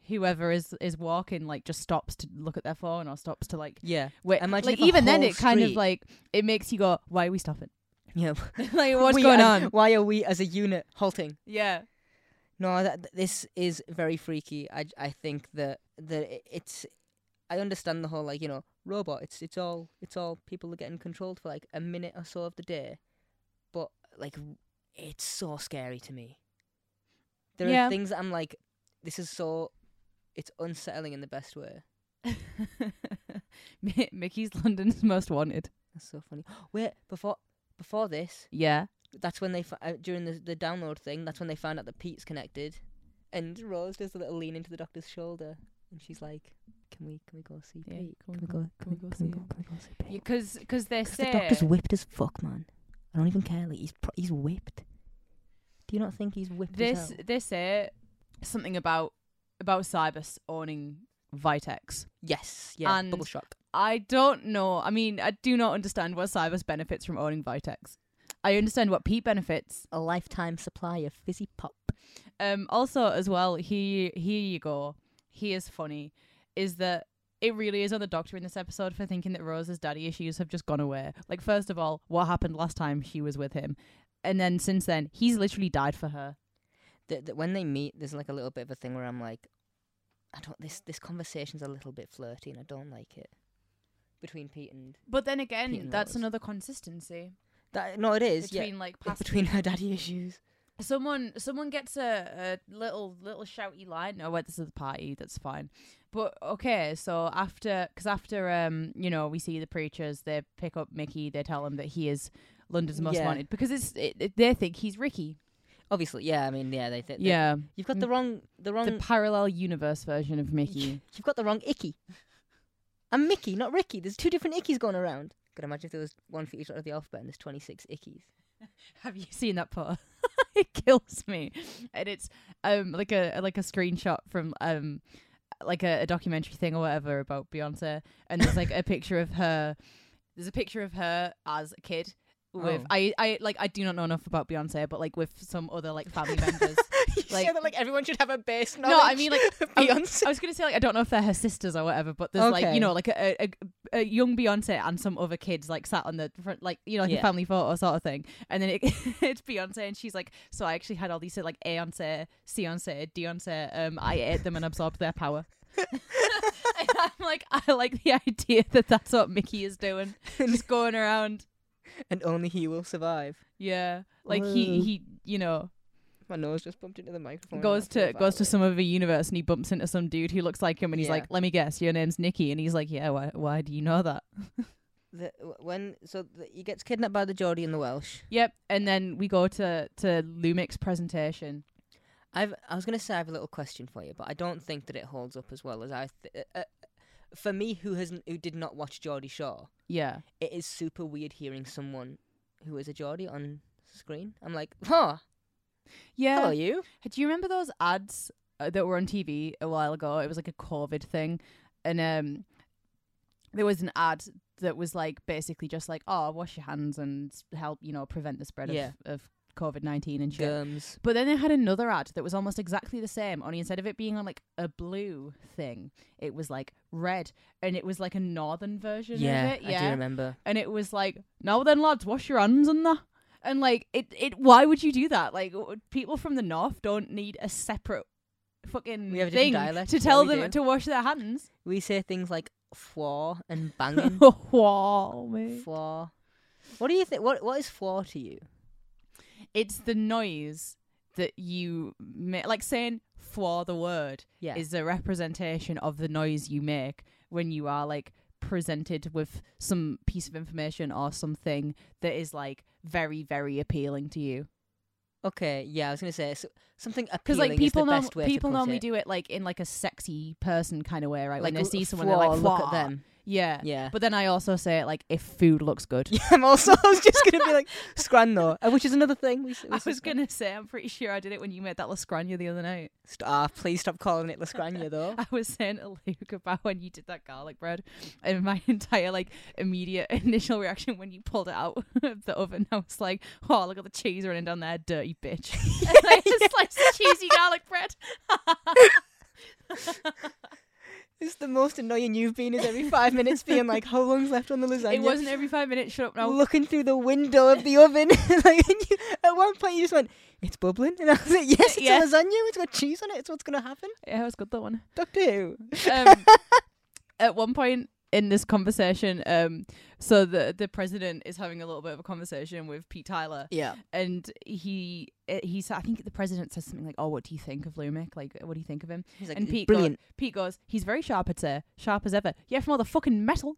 whoever is is walking like just stops to look at their phone or stops to like yeah. Wait, Imagine like if a even then, whole it kind of street- like it makes you go, "Why are we stopping? Yeah. like, what's We going as- on?" Why are we as a unit halting? Yeah, No, that th- this is very freaky. I I think that that i- it's I understand the whole like you know robot. It's it's all it's all people are getting controlled for like a minute or so of the day, but like w- it's so scary to me. There Yeah. are things that I'm like, this is so. It's unsettling in the best way. Mi- Mickey's London's most wanted. That's so funny. Wait, before before this, Yeah, that's when they fi- uh, during the the download thing. That's when they found out that Pete's connected, and Rose does a little lean into the doctor's shoulder, and she's like, "Can we can we go see Yeah, Pete? can we go- can we go see him?" Can we go see Pete? because because they 'Cause the say doctor's whipped as fuck, man. I don't even care. Like he's pro- he's whipped. Do you not think he's whipped? as this hell? they say something about about Cybus owning Vitex. yes, yeah, and- bubble shock. I don't know. I mean, I do not understand what Cybus benefits from owning Vitex. I understand what Pete benefits. A lifetime supply of fizzy pop. Um, also as well, here here you go. He is funny. Is that it really is on the doctor in this episode for thinking that Rose's daddy issues have just gone away. Like first of all, what happened last time she was with him? And then since then, he's literally died for her. That that when they meet, there's like a little bit of a thing where I'm like, I don't. This this conversation's a little bit flirty, and I don't like it between Pete and But then again, Pete and that's Rose. another consistency that. No, it is. yeah. between like past between her daddy issues. someone someone gets a, a little little shouty line oh went to the party that's fine but okay so after because after um you know we see the preachers they pick up mickey they tell him that he is london's most Yeah. wanted because it's it, it- they think he's ricky Obviously, yeah. I mean, yeah. They, they, they- yeah Mm. You've got the wrong, the wrong. the parallel universe version of mickey You've got the wrong icky. I'm Mickey, not Ricky. There's two different ickies going around. Could imagine if there was one for each letter of the alphabet and there's 26 ickies. Have you seen that part? it kills me, and it's um like a like a screenshot from um like a, a documentary thing or whatever about Beyonce, and there's like a picture of her. There's a picture of her as a kid with Oh. I I like I do not know enough about Beyonce, but like with some other like family members. you Like- say that like everyone should have a base knowledge. no, I mean like I- Beyonce. I was gonna say like I don't know if they're her sisters or whatever, but there's like Okay. you know like a, a, a- a young Beyonce and some other kids like sat on the front like you know like a Yeah. family photo sort of thing, and then it, it's Beyonce and she's like, so I actually had all these like Beyonce, Beyonce, Beyonce, um, I ate them and absorbed their power. and I'm like, I like the idea that that's what Mickey is doing, just going around, and only he will survive. yeah, like he Ooh. he you know My nose just bumped into the microphone. and goes that's to really goes to violent. some other universe and he bumps into some dude who looks like him and he's Yeah. like, "Let me guess, your name's Nikki," and he's like, "Yeah, why? Why do you know that?" The, w- when so the, he gets kidnapped by the Geordie and the Welsh. Yep. And then we go to to Lumic's presentation. I've I was gonna say I have a little question for you, but I don't think that it holds up as well as I. Th- uh, uh, for me, who hasn't who did not watch Geordie Shaw, Yeah, it is super weird hearing someone who is a Geordie on screen. I'm like, huh, yeah. hello you. Do you remember those ads uh, that were on TV a while ago? It was like a COVID thing, and um, there was an ad that was like basically just like, "Oh, wash your hands and s- help you know prevent the spread Yeah. of of COVID nineteen and shit." Germs. But then they had another ad that was almost exactly the same, only instead of it being on like a blue thing, it was like red, and it was like a northern version Yeah, of it. I do remember. and it was like, now then, lads, wash your hands and that. And like, it, it, why would you do that? Like, w- people from the north don't need a separate fucking We have a different thing dialect. to Yeah, tell we them do. to wash their hands. We say things like flaw and banging. wow, mate. flaw. What do you think? What what is flaw to you? It's the noise that you make, like saying for the word. Yeah. is a representation of the noise you make when you are like presented with some piece of information or something that is like very very appealing to you okay. Yeah, I was gonna say so, something because appealing like is people the norm- best way people to put normally it. do it like in like a sexy person kind of way right when they l- see someone they're like look "Fwah." at them. yeah. Yeah. but then i also say it like if food looks good Yeah, I'm also. I was just gonna be like Scran though, uh, which is another thing. We, s- we i said was Scran. gonna say i'm pretty sure i did it when you made that lascragna the other night St- ah, please stop calling it Lascragna though. I was saying to Luke about when you did that garlic bread, and my entire like immediate initial reaction when you pulled it out of the oven, I was like, "Oh, look at the cheese running down there, dirty bitch!" and I just sliced the cheesy garlic bread. It's the most annoying you've been is every five minutes being like, how long's left on the lasagna? It wasn't every five minutes. Shut up now. Looking through the window of the oven, like and you, at one point you just went, "It's bubbling," and I was like, "Yes, it's Yeah. a lasagna. It's got cheese on it. It's what's gonna happen." Yeah, it was good that one. Doctor Who. um, at one point in this conversation, um, so the the president is having a little bit of a conversation with Pete Tyler, Yeah. and he eh, he said, I think the president says something like, "Oh, what do you think of Lumic? Like, "Mm, what do you think of him?" He's like, And Pete brilliant, Goes, Pete goes, he's very sharp at uh, sharp as ever. Yeah, from all the fucking metal.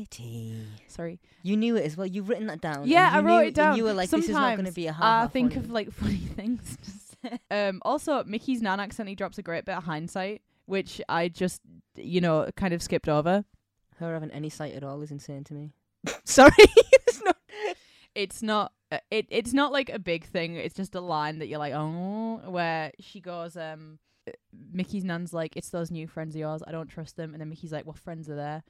Kitty. Sorry. You knew it as well. You've written that down. Yeah, and you I wrote knew- it down. And you were like, "This is not going to Sometimes be a I hard." think of like funny things. to say. um. Also, Mickey's nan accidentally drops a great bit of hindsight, which I just, you know, kind of skipped over. her having any sight at all is insane to me. Sorry, it's not. It's not. uh, It it's not like a big thing. It's just a line that you're like, oh, where she goes, um. uh, Mickey's nan's like, it's those new friends of yours. I don't trust them. And then Mickey's like, what friends are there?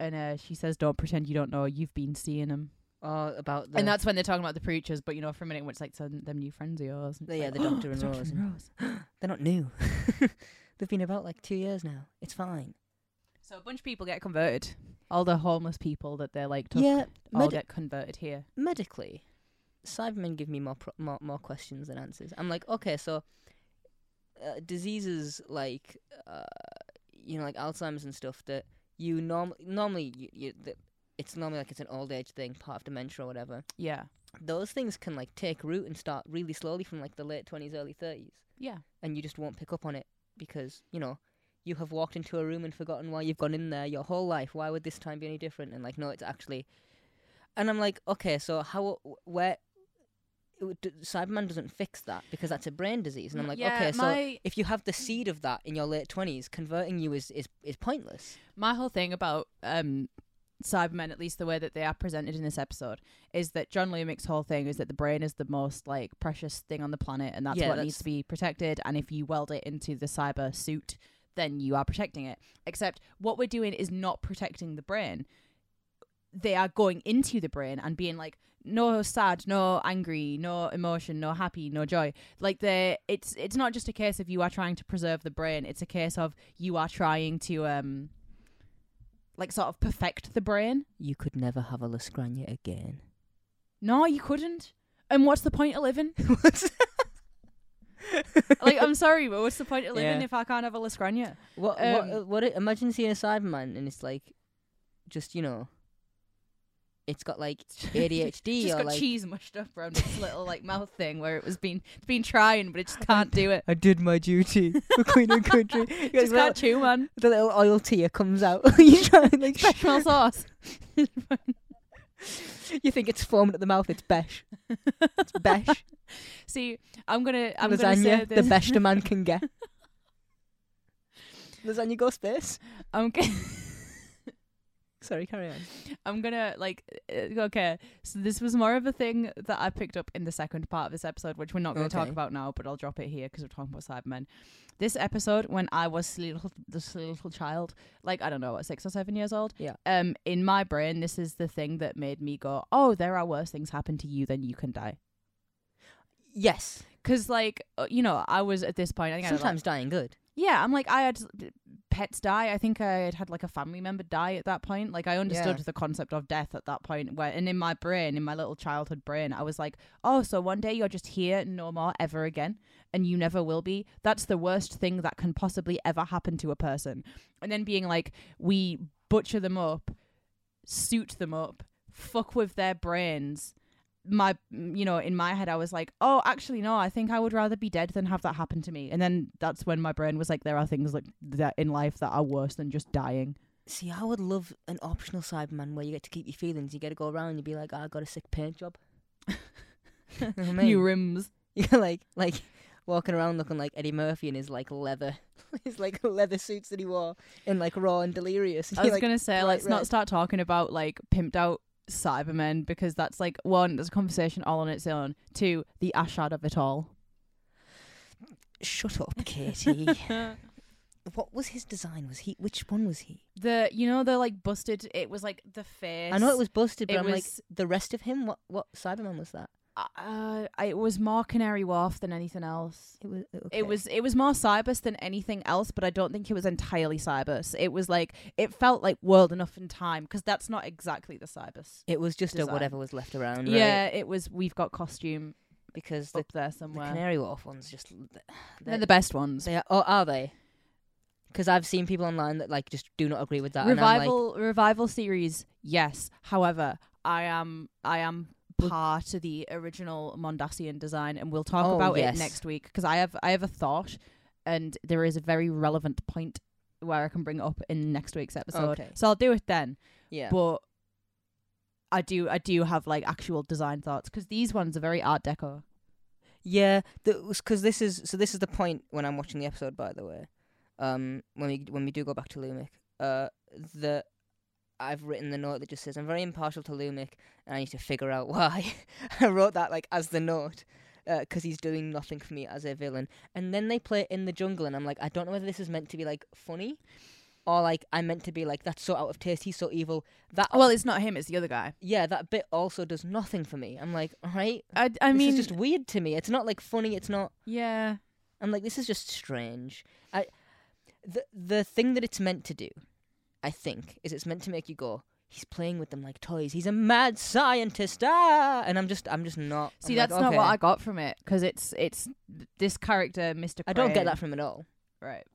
And uh, she says, don't pretend you don't know. You've been seeing them. Oh, about the And that's when they're talking about the preachers, but you know, for a minute, it's like some, them new friends of yours. and it's Yeah, like, the Doctor and the Rose. Rose. they're not new. They've been about like two years now. It's fine. So a bunch of people get converted. All the homeless people that they're like, took, Yeah, all med- get converted here. medically, Cybermen give me more, pro- more more questions than answers. I'm like, okay, so uh, diseases like uh, you know, like Alzheimer's and stuff that you norm normally you, you, that it's normally like it's an old age thing, part of dementia or whatever. Yeah. Those things can like take root and start really slowly from like the late twenties, early thirties, Yeah. and you just won't pick up on it because you know you have walked into a room and forgotten why you've gone in there your whole life. Why would this time be any different? And like, no, it's actually. And I'm like, okay, so how wh- where it d- Cyberman doesn't fix that because that's a brain disease, and I'm like, yeah, okay, so my, if you have the seed of that in your late twenties, converting you is, is is pointless. my whole thing about um Cybermen, at least the way that they are presented in this episode, is that John Lumick's whole thing is that the brain is the most like precious thing on the planet, and that's Yeah, what that's- needs to be protected. And if you weld it into the cyber suit, then you are protecting it. Except what we're doing is not protecting the brain. They are going into the brain and being like, no sad, no angry, no emotion, no happy, no joy. Like they, it's it's not just a case of you are trying to preserve the brain. It's a case of you are trying to um, like sort of perfect the brain. You could never have a Lasagna again. No, you couldn't. And what's the point of living? Like, I'm sorry, but what's the point of living Yeah. if I can't have a lasagna? What Um, what what? It, imagine seeing a Cyberman and it's like, just you know, it's got like ADHD Just or got like. cheese mushed up around its little like mouth thing where it was been it's been trying, but it just can't do it. I did my duty for Queen and Country. Just can't chew, man. the little oil tear comes out. you try and like Bechamel sauce. you think it's foaming at the mouth. It's Besh. It's Besh. See, I'm gonna I'm gonna say lasagna. The this. best a man can get. lasagna goes space. I'm g- Sorry, carry on. I'm gonna like uh, okay. So this was more of a thing that I picked up in the second part of this episode, which we're not going to talk Okay. about now, but I'll drop it here because we're talking about Cybermen. This episode, when I was little, this little child, like I don't know, what, six or seven years old, Yeah. Um, in my brain, this is the thing that made me go, "Oh, there are worse things happen to you than you can die." Yes. Because like uh, you know, I was at this point. I think I had, like, Sometimes dying good. yeah, I'm like I had pets die. I think I had had like a family member die at that point. Like I understood Yeah. the concept of death at that point. Where and in my brain, in my little childhood brain, I was like, oh, so one day you're just here no more ever again, and you never will be. That's the worst thing that can possibly ever happen to a person. And then being like, we butcher them up, suit them up, fuck with their brains. My, mm, you know, in my head, I was like, oh, actually, no, I think I would rather be dead than have that happen to me. And then that's when my brain was like, there are things like that in life that are worse than just dying. See, I would love an optional Cyberman where you get to keep your feelings. You get to go around and you be like, "Oh, I got a sick paint job. you know what I mean? You You're, rims. like, like walking around looking like Eddie Murphy in his like leather, his like leather suits that he wore in like Raw and Delirious. And I you're was like, gonna say, bright let's not red. start talking about like pimped out Cybermen because that's like one, there's a conversation all on its own. Two, the ash out of it all. shut up, Katie. what was his design? Was he? Which one was he? the you know the like busted. It was like the face. I know it was busted, but it I'm like was- the rest of him. What what Cyberman was that? Uh, it was more Canary Wharf than anything else. It was. okay. It was it was more Cybus than anything else, but I don't think it was entirely Cybus. It was like it felt like World Enough in Time because that's not exactly the Cybus. It was just a design. whatever was left around. Right? Yeah, it was. We've got costume Because the, up there the somewhere. Canary Wharf ones just They're the best ones. They are, oh, are they? Because I've seen people online that like just do not agree with that. And I'm like, revival revival series yes however i am i am Well- part of the original mondasian design and we'll talk Oh, about yes. it next week because i have i have a thought and there is a very relevant point where i can bring it up in next week's episode Okay. so i'll do it then yeah, but i do i do have like actual design thoughts because these ones are very art deco yeah. Because this is so. This is the point when I'm watching the episode. By the way, um, when we when we do go back to Lumic, uh, the I've written the note that just says I'm very impartial to Lumic, and I need to figure out why. I wrote that like as the note. Because he's doing nothing for me as a villain, and then they play in the jungle, and I'm like, I don't know whether this is meant to be like funny, or like I meant to be like that's so out of taste, he's so evil. That well it's not him it's the other guy yeah, that bit also does nothing for me. I'm like, all right, i, I this mean is just weird to me. It's not like funny. It's not. yeah I'm like, this is just strange. I, the the thing that it's meant to do, I think, is it's meant to make you go. He's playing with them like toys. He's a mad scientist, ah! And I'm just, I'm just not. I'm see like, that's not what okay. i got from it because it's it's this character mr I don't get Crane. that from it all. Right.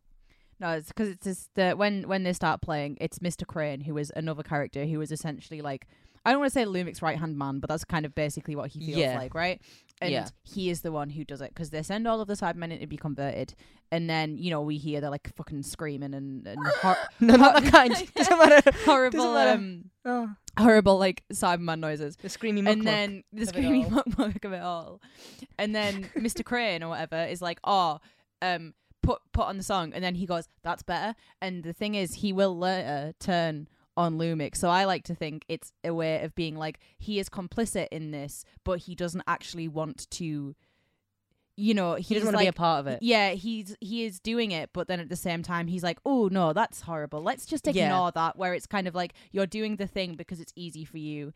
No, it's because it's just the when when they start playing, it's Mr. Crane who is another character who is essentially like I don't want to say Lumic's right hand man, but that's kind of basically what he feels Yeah. like, right? And Yeah. he is the one who does it because they send all of the Cybermen in to be converted, and then you know we hear they're like fucking screaming and and hor- No, not that kind. Doesn't matter. horrible matter. um Oh, horrible like Cyberman noises the screaming muck and then the of it screaming all. muck muck of it all. And then Mr. Crane or whatever is like, oh, um, put put on the song, and then he goes, that's better. And the thing is, he will later turn on Lumix. So I like to think it's a way of being like he is complicit in this, but he doesn't actually want to. You know, he doesn't want to like, be a part of it. yeah, he's he is doing it, but then at the same time he's like, "Oh no, that's horrible. Let's just ignore Yeah. that." Where it's kind of like you're doing the thing because it's easy for you,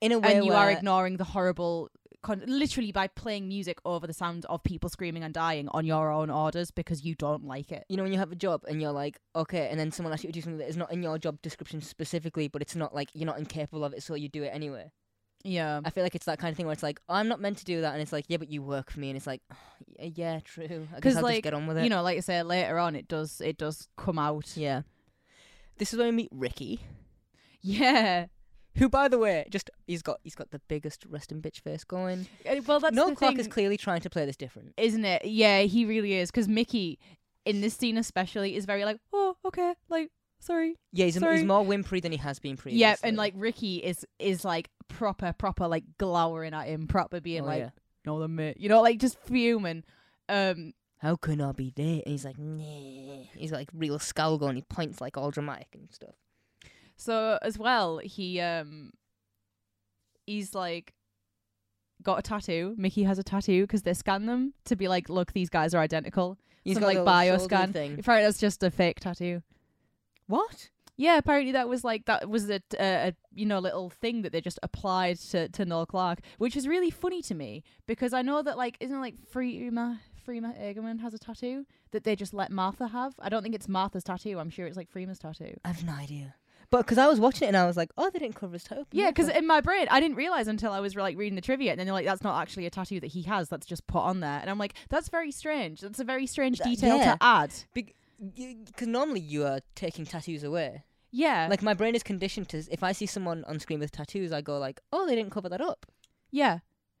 In a way, and you are where- ignoring the horrible con- literally by playing music over the sound of people screaming and dying on your own orders because you don't like it you know when you have a job and you're like okay and then someone asks you to do something that is not in your job description specifically but it's not like you're not incapable of it so you do it anyway yeah i feel like it's that kind of thing where it's like oh, i'm not meant to do that and it's like yeah but you work for me and it's like "Y- yeah true i guess 'Cause, i'll like, just get on with it you know like i say later on it does it does come out yeah this is when we meet ricky yeah, who by the way just he's got he's got the biggest resting bitch face going Uh, well that's noel the clark thing, is clearly trying to play this different isn't it yeah he really is because mickey in this scene especially is very like oh okay like sorry yeah he's, a, he's Sorry. more whimpery than he has been previously yeah and like ricky is is like proper proper like glowering at him proper being Oh, like yeah. no the mate you know like just fuming um how can i be there and he's like nah. he's got, like real scowl going he points like all dramatic and stuff So as well, he um he's like got a tattoo. Mickey has a tattoo because they scan them to be like, look, these guys are identical. He's Some, got like, a little bio shoulder scan. thing. Apparently, that's just a fake tattoo. Mm. What? Yeah, apparently that was like that was a, a, a you know little thing that they just applied to to Noel Clark, which is really funny to me because I know that like isn't it, like Freema Freema Egerman has a tattoo that they just let Martha have. I don't think it's Martha's tattoo. I'm sure it's like Freema's tattoo. I have no idea. But because I was watching it and I was like, oh, they didn't cover his toe. Yeah, because in my brain, I didn't realize until I was like reading the trivia, and then they're like, "That's not actually a tattoo that he has. That's just put on there." And I'm like, "That's very strange. That's a very strange That- detail yeah. to add." because normally you are taking tattoos away. Yeah, like Like my brain is conditioned to if I see someone on screen with tattoos, I go like, oh, they didn't cover that up. yeah.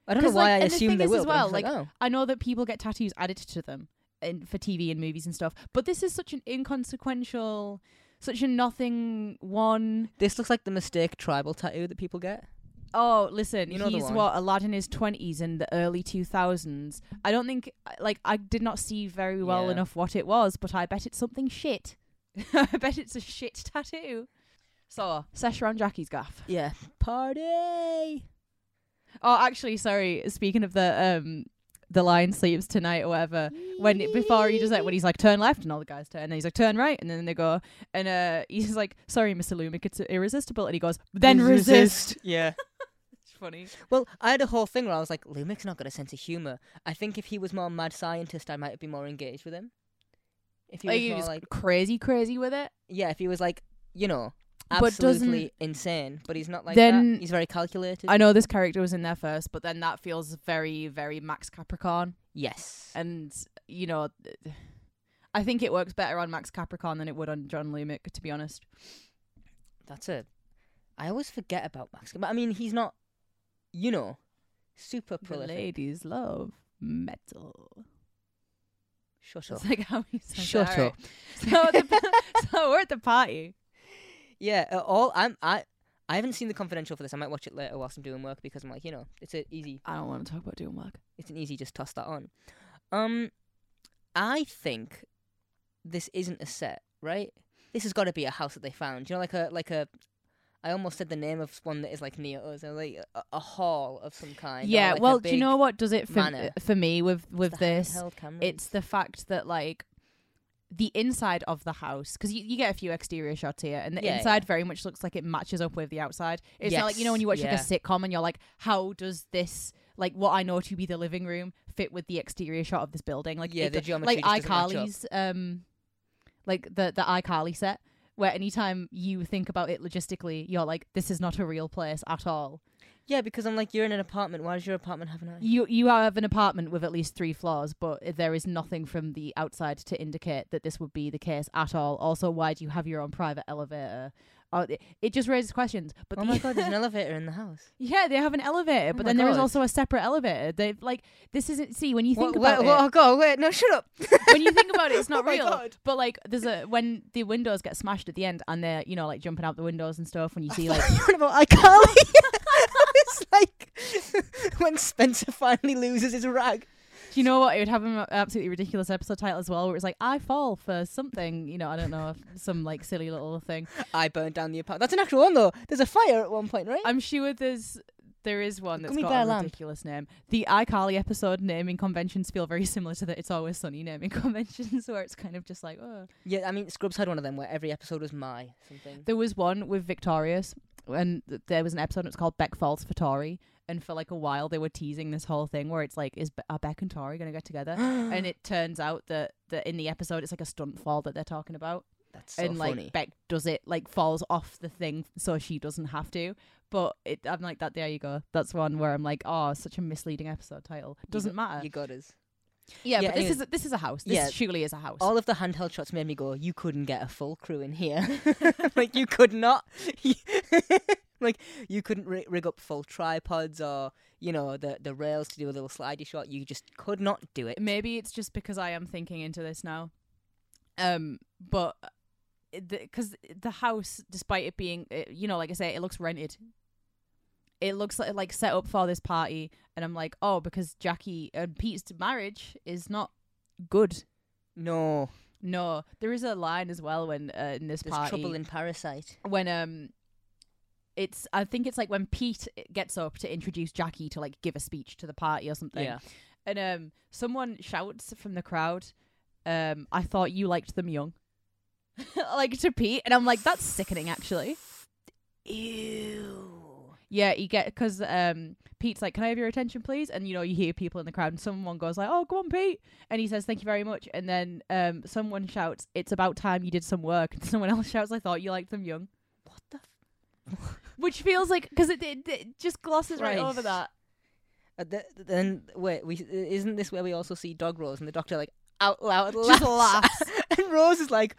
I don't know 'Cause, why like- I and the assume thing they is will. as but I'm well, just like, like, oh. I know that people get tattoos added to them in, for TV and movies and stuff, but this is such an inconsequential, such a nothing one. this looks like the mistake tribal tattoo that people get. Oh, listen, You know the he's one. what a lad in his twenties in the early two thousands. I don't think, like, I did not see very well Yeah. enough what it was, but I bet it's something shit. I bet it's a shit tattoo. So, Sesher on Jackie's gaff. Yeah, party. Oh, actually, sorry. Speaking of the um, the lion sleeps tonight or whatever. When it- before he does that, when he's like turn left and all the guys turn, and then he's like turn right, and then they go, and uh, he's like, sorry, Mister Lumic, it's irresistible, and he goes, then resist. Yeah. It's funny. Well, I had a whole thing where I was like, Lumic's not got a sense of humor. I think if he was more mad scientist, I might be more engaged with him. If he was Like, he more was like crazy, crazy with it. yeah, if he was like, you know, But doesn't- absolutely insane, but he's not like Then- that. He's very calculated. I know this character was in there first, but then that feels very, very Max Capricorn. yes. And, you know, I think it works better on Max Capricorn than it would on John Lumic, to be honest. That's a. I always forget about Max. But I mean, he's not, you know, super prolific. ladies love metal. Shut up. That's like how he says it. Shut All right. So, the, so we're at the party. Yeah, uh, all I'm I I haven't seen the confidential for this. I might watch it later whilst I'm doing work because I'm like, you know, it's a easy I don't want to talk about doing work. it's an easy just toss that on. Um I think this isn't a set, right? This has got to be a house that they found. You know like a like a I almost said the name of one that is like near us, and like a, a hall of some kind. or yeah, like a well, do you big know what does it for, manor. for me with, with the this? handheld cameras. it's the fact that like the inside of the house because you, you get a few exterior shots here and the Yeah, inside very much looks like it matches up with the outside it's not like you know when Yes, you watch like yeah. a sitcom and you're like how does this like what i know to be the living room fit with the exterior shot of this building like yeah, it the do- geometry like just doesn't match up. icarly's um like the the icarly set where anytime you think about it logistically, you're like, this is not a real place at all. Yeah, because I'm like, you're in an apartment. Why does your apartment have an eye? You you have an apartment with at least three floors, but there is nothing from the outside to indicate that this would be the case at all. Also, why do you have your own private elevator? Oh, it, it just raises questions. But Oh the- my god, there's an elevator in the house. yeah, they have an elevator, Oh but my then there is God. also a separate elevator. They have like this isn't. See, when you think Wha- wha- about wha- it, Oh god, wait, no, shut up. when you think about it, it's not Oh my real. God. But like, there's a when the windows get smashed at the end, and they're you know like jumping out the windows and stuff. When you see like, You're on about iCarly. it's like when Spencer finally loses his rag. do you know what? It would have an absolutely ridiculous episode title as well, where it's like, I fall for something. You know, I don't know, some like silly little thing. I burned down the apartment. That's an actual one though. There's a fire at one point, right? I'm sure there's there is one that's Gummy got bear a lamp. ridiculous name. The iCarly episode naming conventions feel very similar to the It's Always Sunny naming conventions, where it's kind of just like, oh. yeah, I mean Scrubs had one of them where every episode was my something. There was one with Victorious, and th- there was an episode that's called Beck Falls for Tory. And for like a while, they were teasing this whole thing where it's like, is Be- are Beck and Tory going to get together? and it turns out that, that in the episode, it's like a stunt fall that they're talking about. That's so and like funny. Beck does it, like falls off the thing so she doesn't have to. But it, I'm like, that there you go. That's one where I'm like, oh, such a misleading episode title. Doesn't matter. you got us. yeah, yeah, but this anyway. is a, this is a house. This Yeah. surely is a house. All of the handheld shots made me go, you couldn't get a full crew in here. like, you could not. like, you couldn't ri- rig up full tripods or, you know, the, the rails to do a little slidey shot. You just could not do it. Maybe it's just because I am thinking into this now. Um, but because the, house, despite it being, uh, you know, like I say, it looks rented. It looks like, like set up for this party, and I'm like, oh, because Jackie and Pete's marriage is not good. No. No, there is a line as well when uh, in this There's party trouble in Parasite. when um. It's I think it's like when Pete gets up to introduce Jackie to like give a speech to the party or something. And um, someone shouts from the crowd, um, I thought you liked them young. like to Pete. And I'm like, that's sickening, actually. Ew. Yeah, you get, because um, Pete's like, can I have your attention, please? And, you know, you hear people in the crowd and someone goes like, oh, go on, Pete. And he says, thank you very much. And then um, someone shouts, it's about time you did some work. And someone else shouts, I thought you liked them young. What the? F- Which feels like, because it, it, it just glosses right over Christ. that. Uh, th- then, wait, we, isn't this where we also see Dog Rose and the doctor, like, out loud Just laughs? laughs. and Rose is like,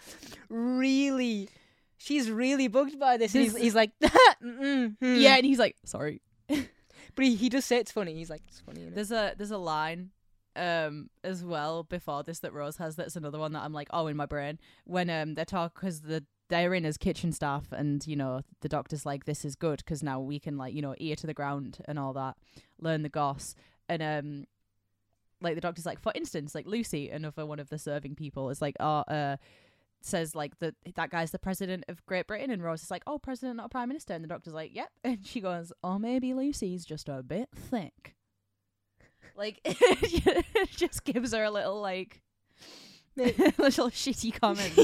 really? She's really bugged by this. And This- he's, he's like, mm mm. yeah, and he's like, sorry. But he, he does say it's funny. He's like, it's funny. innit?" There's a there's a line um as well before this that Rose has that's another one that I'm like oh in my brain when um they talk because the they're in as kitchen staff and you know the doctor's like this is good because now we can like you know ear to the ground and all that learn the goss and um like the doctor's like for instance like Lucy another one of the serving people is like oh uh says like that that guy's the president of Great Britain and Rose is like oh president not prime minister and the doctor's like yep and she goes oh maybe Lucy's just a bit thick like it just gives her a little like Mate. little shitty comment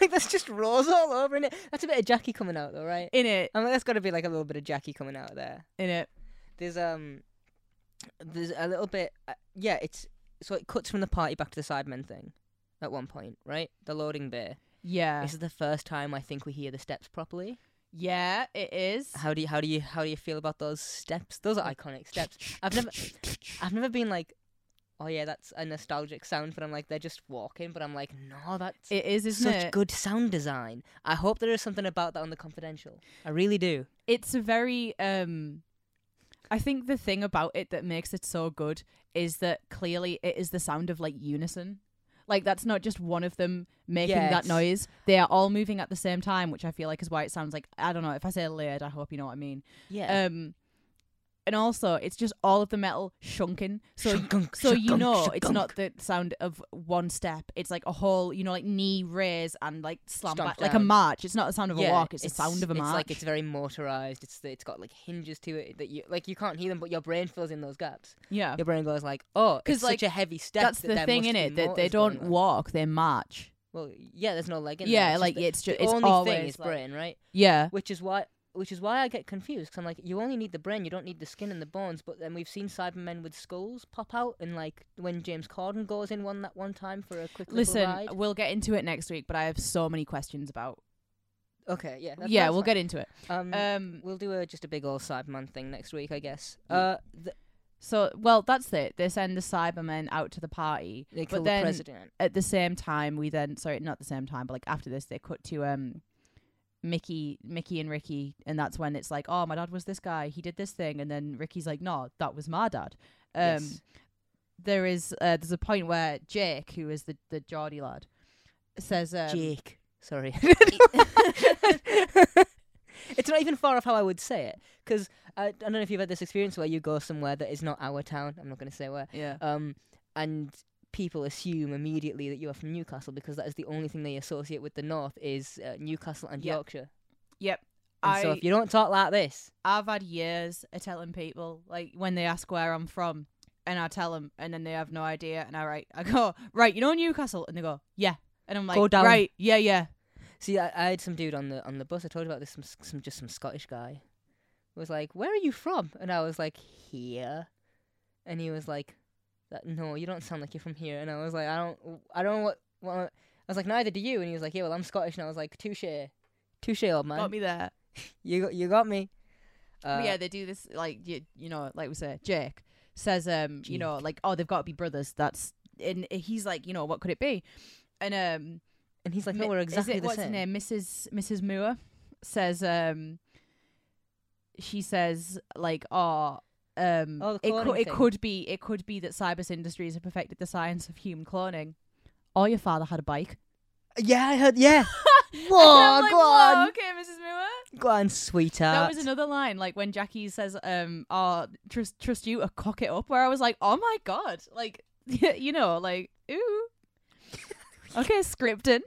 like that's just Rose all over in it. That's a bit of Jackie coming out though, right? in it I mean, that's got to be like a little bit of Jackie coming out there. in it There's um, there's a little bit. Uh, yeah, it's so it cuts from the party back to the Sidemen thing at one point, right? The loading bay. yeah This is the first time I think we hear the steps properly. yeah it is How do you how do you how do you feel about those steps? Those are iconic steps. I've never I've never been like, oh yeah, that's a nostalgic sound, but I'm like they're just walking. But I'm like, no, that's it is isn't such it good sound design. I hope there is something about that on the confidential. I really do. it's a very um I think the thing about it that makes it so good is that clearly it is the sound of like unison. Like that's not just one of them making that Yes. noise. They are all moving at the same time, which I feel like is why it sounds like I don't know, if I say layered, I hope you know what I mean. Yeah. Um, and also, it's just all of the metal shunking. So, Shunk-gunk, so you shunk-gunk, know, it's not shunk-gunk. the sound of one step. It's like a whole, you know, like knee raise and like slam Stomp back, like a down. march. It's not the sound of a walk. It's, the sound of a it's march. like it's very motorized. It's it's got like hinges to it that you like you can't hear them, but your brain fills in those gaps. yeah, Your brain goes like, oh, 'Cause, it's like, such a heavy step. that's that the there thing must in be it that they motors going don't on." walk. They march. Well, yeah, there's no leg in there. Yeah, just like, the- it's ju- the it's only thing always, is like- brain, right? Yeah, Which is why. Which is why I get confused 'cause I'm like, you only need the brain, you don't need the skin and the bones. But then we've seen Cybermen with skulls pop out, and like when James Corden goes in one that one time for a quick little listen, ride. we'll get into it next week. But I have so many questions about Okay, yeah. that- yeah, that's we'll fine. get into it. Um, Um, we'll do a just a big old Cyberman thing next week, I guess. Yeah. Uh, th- so well, that's it. They send the Cybermen out to the party. they But kill then- the president. At the same time, we then sorry, not the same time, but like after this, they cut to um. Mickey, Mickey, and Ricky, and that's when it's like, oh, my dad was this guy. He did this thing, and then Ricky's like, no, that was my dad. Um, Yes. there is uh, there's a point where Jake, who is the the Geordie lad, says, um, Jake. Sorry. it's not even far off how I would say it. 'Cause uh, I, I don't know if you've had this experience where you go somewhere that is not our town. I'm not going to say where. yeah, Um, and people assume immediately that you are from Newcastle because that is the only thing they associate with the North is uh, Newcastle and Yep. Yorkshire. yep. And I so if you don't talk like this, I've had years of telling people like when they ask where I'm from, and I tell them, and then they have no idea, and I write, I go, right, you know Newcastle, and they go, yeah, and I'm like, Go down. right, yeah, yeah, See, I, I had some dude on the on the bus. I told you about this. Some, some just some Scottish guy was like, "Where are you from?" And I was like, "Here," and he was like, "That- "No, you don't sound like you're from here." And I was like, "I don't, I don't know what." what I was like, "Neither do you." And he was like, "Yeah, well, I'm Scottish." And I was like, "Touche, touche, old man. got me there. You got, you got me." Uh, But yeah, they do this like you, you know, like we say, Jake says, um, you know, like oh, they've got to be brothers. That's and he's like, you know, what could it be? And um, and he's like, Mi- "No, we're exactly is it, the what's same." her name? Mrs. Mrs. Moore says, um, she says like, oh, um, Oh, the it cloning could it thing. could be it could be that Cybus Industries have perfected the science of human cloning. Or your father had a bike. Yeah, I heard. Yeah, And I'm Whoa, like, go "Whoa, on. okay, Mrs. Moore. go on, sweetheart. That was another line, like when Jackie says, "Um, oh, trust trust you to cock it up," where I was like, "Oh my god!" Like, you know, like, ooh, okay, scripting.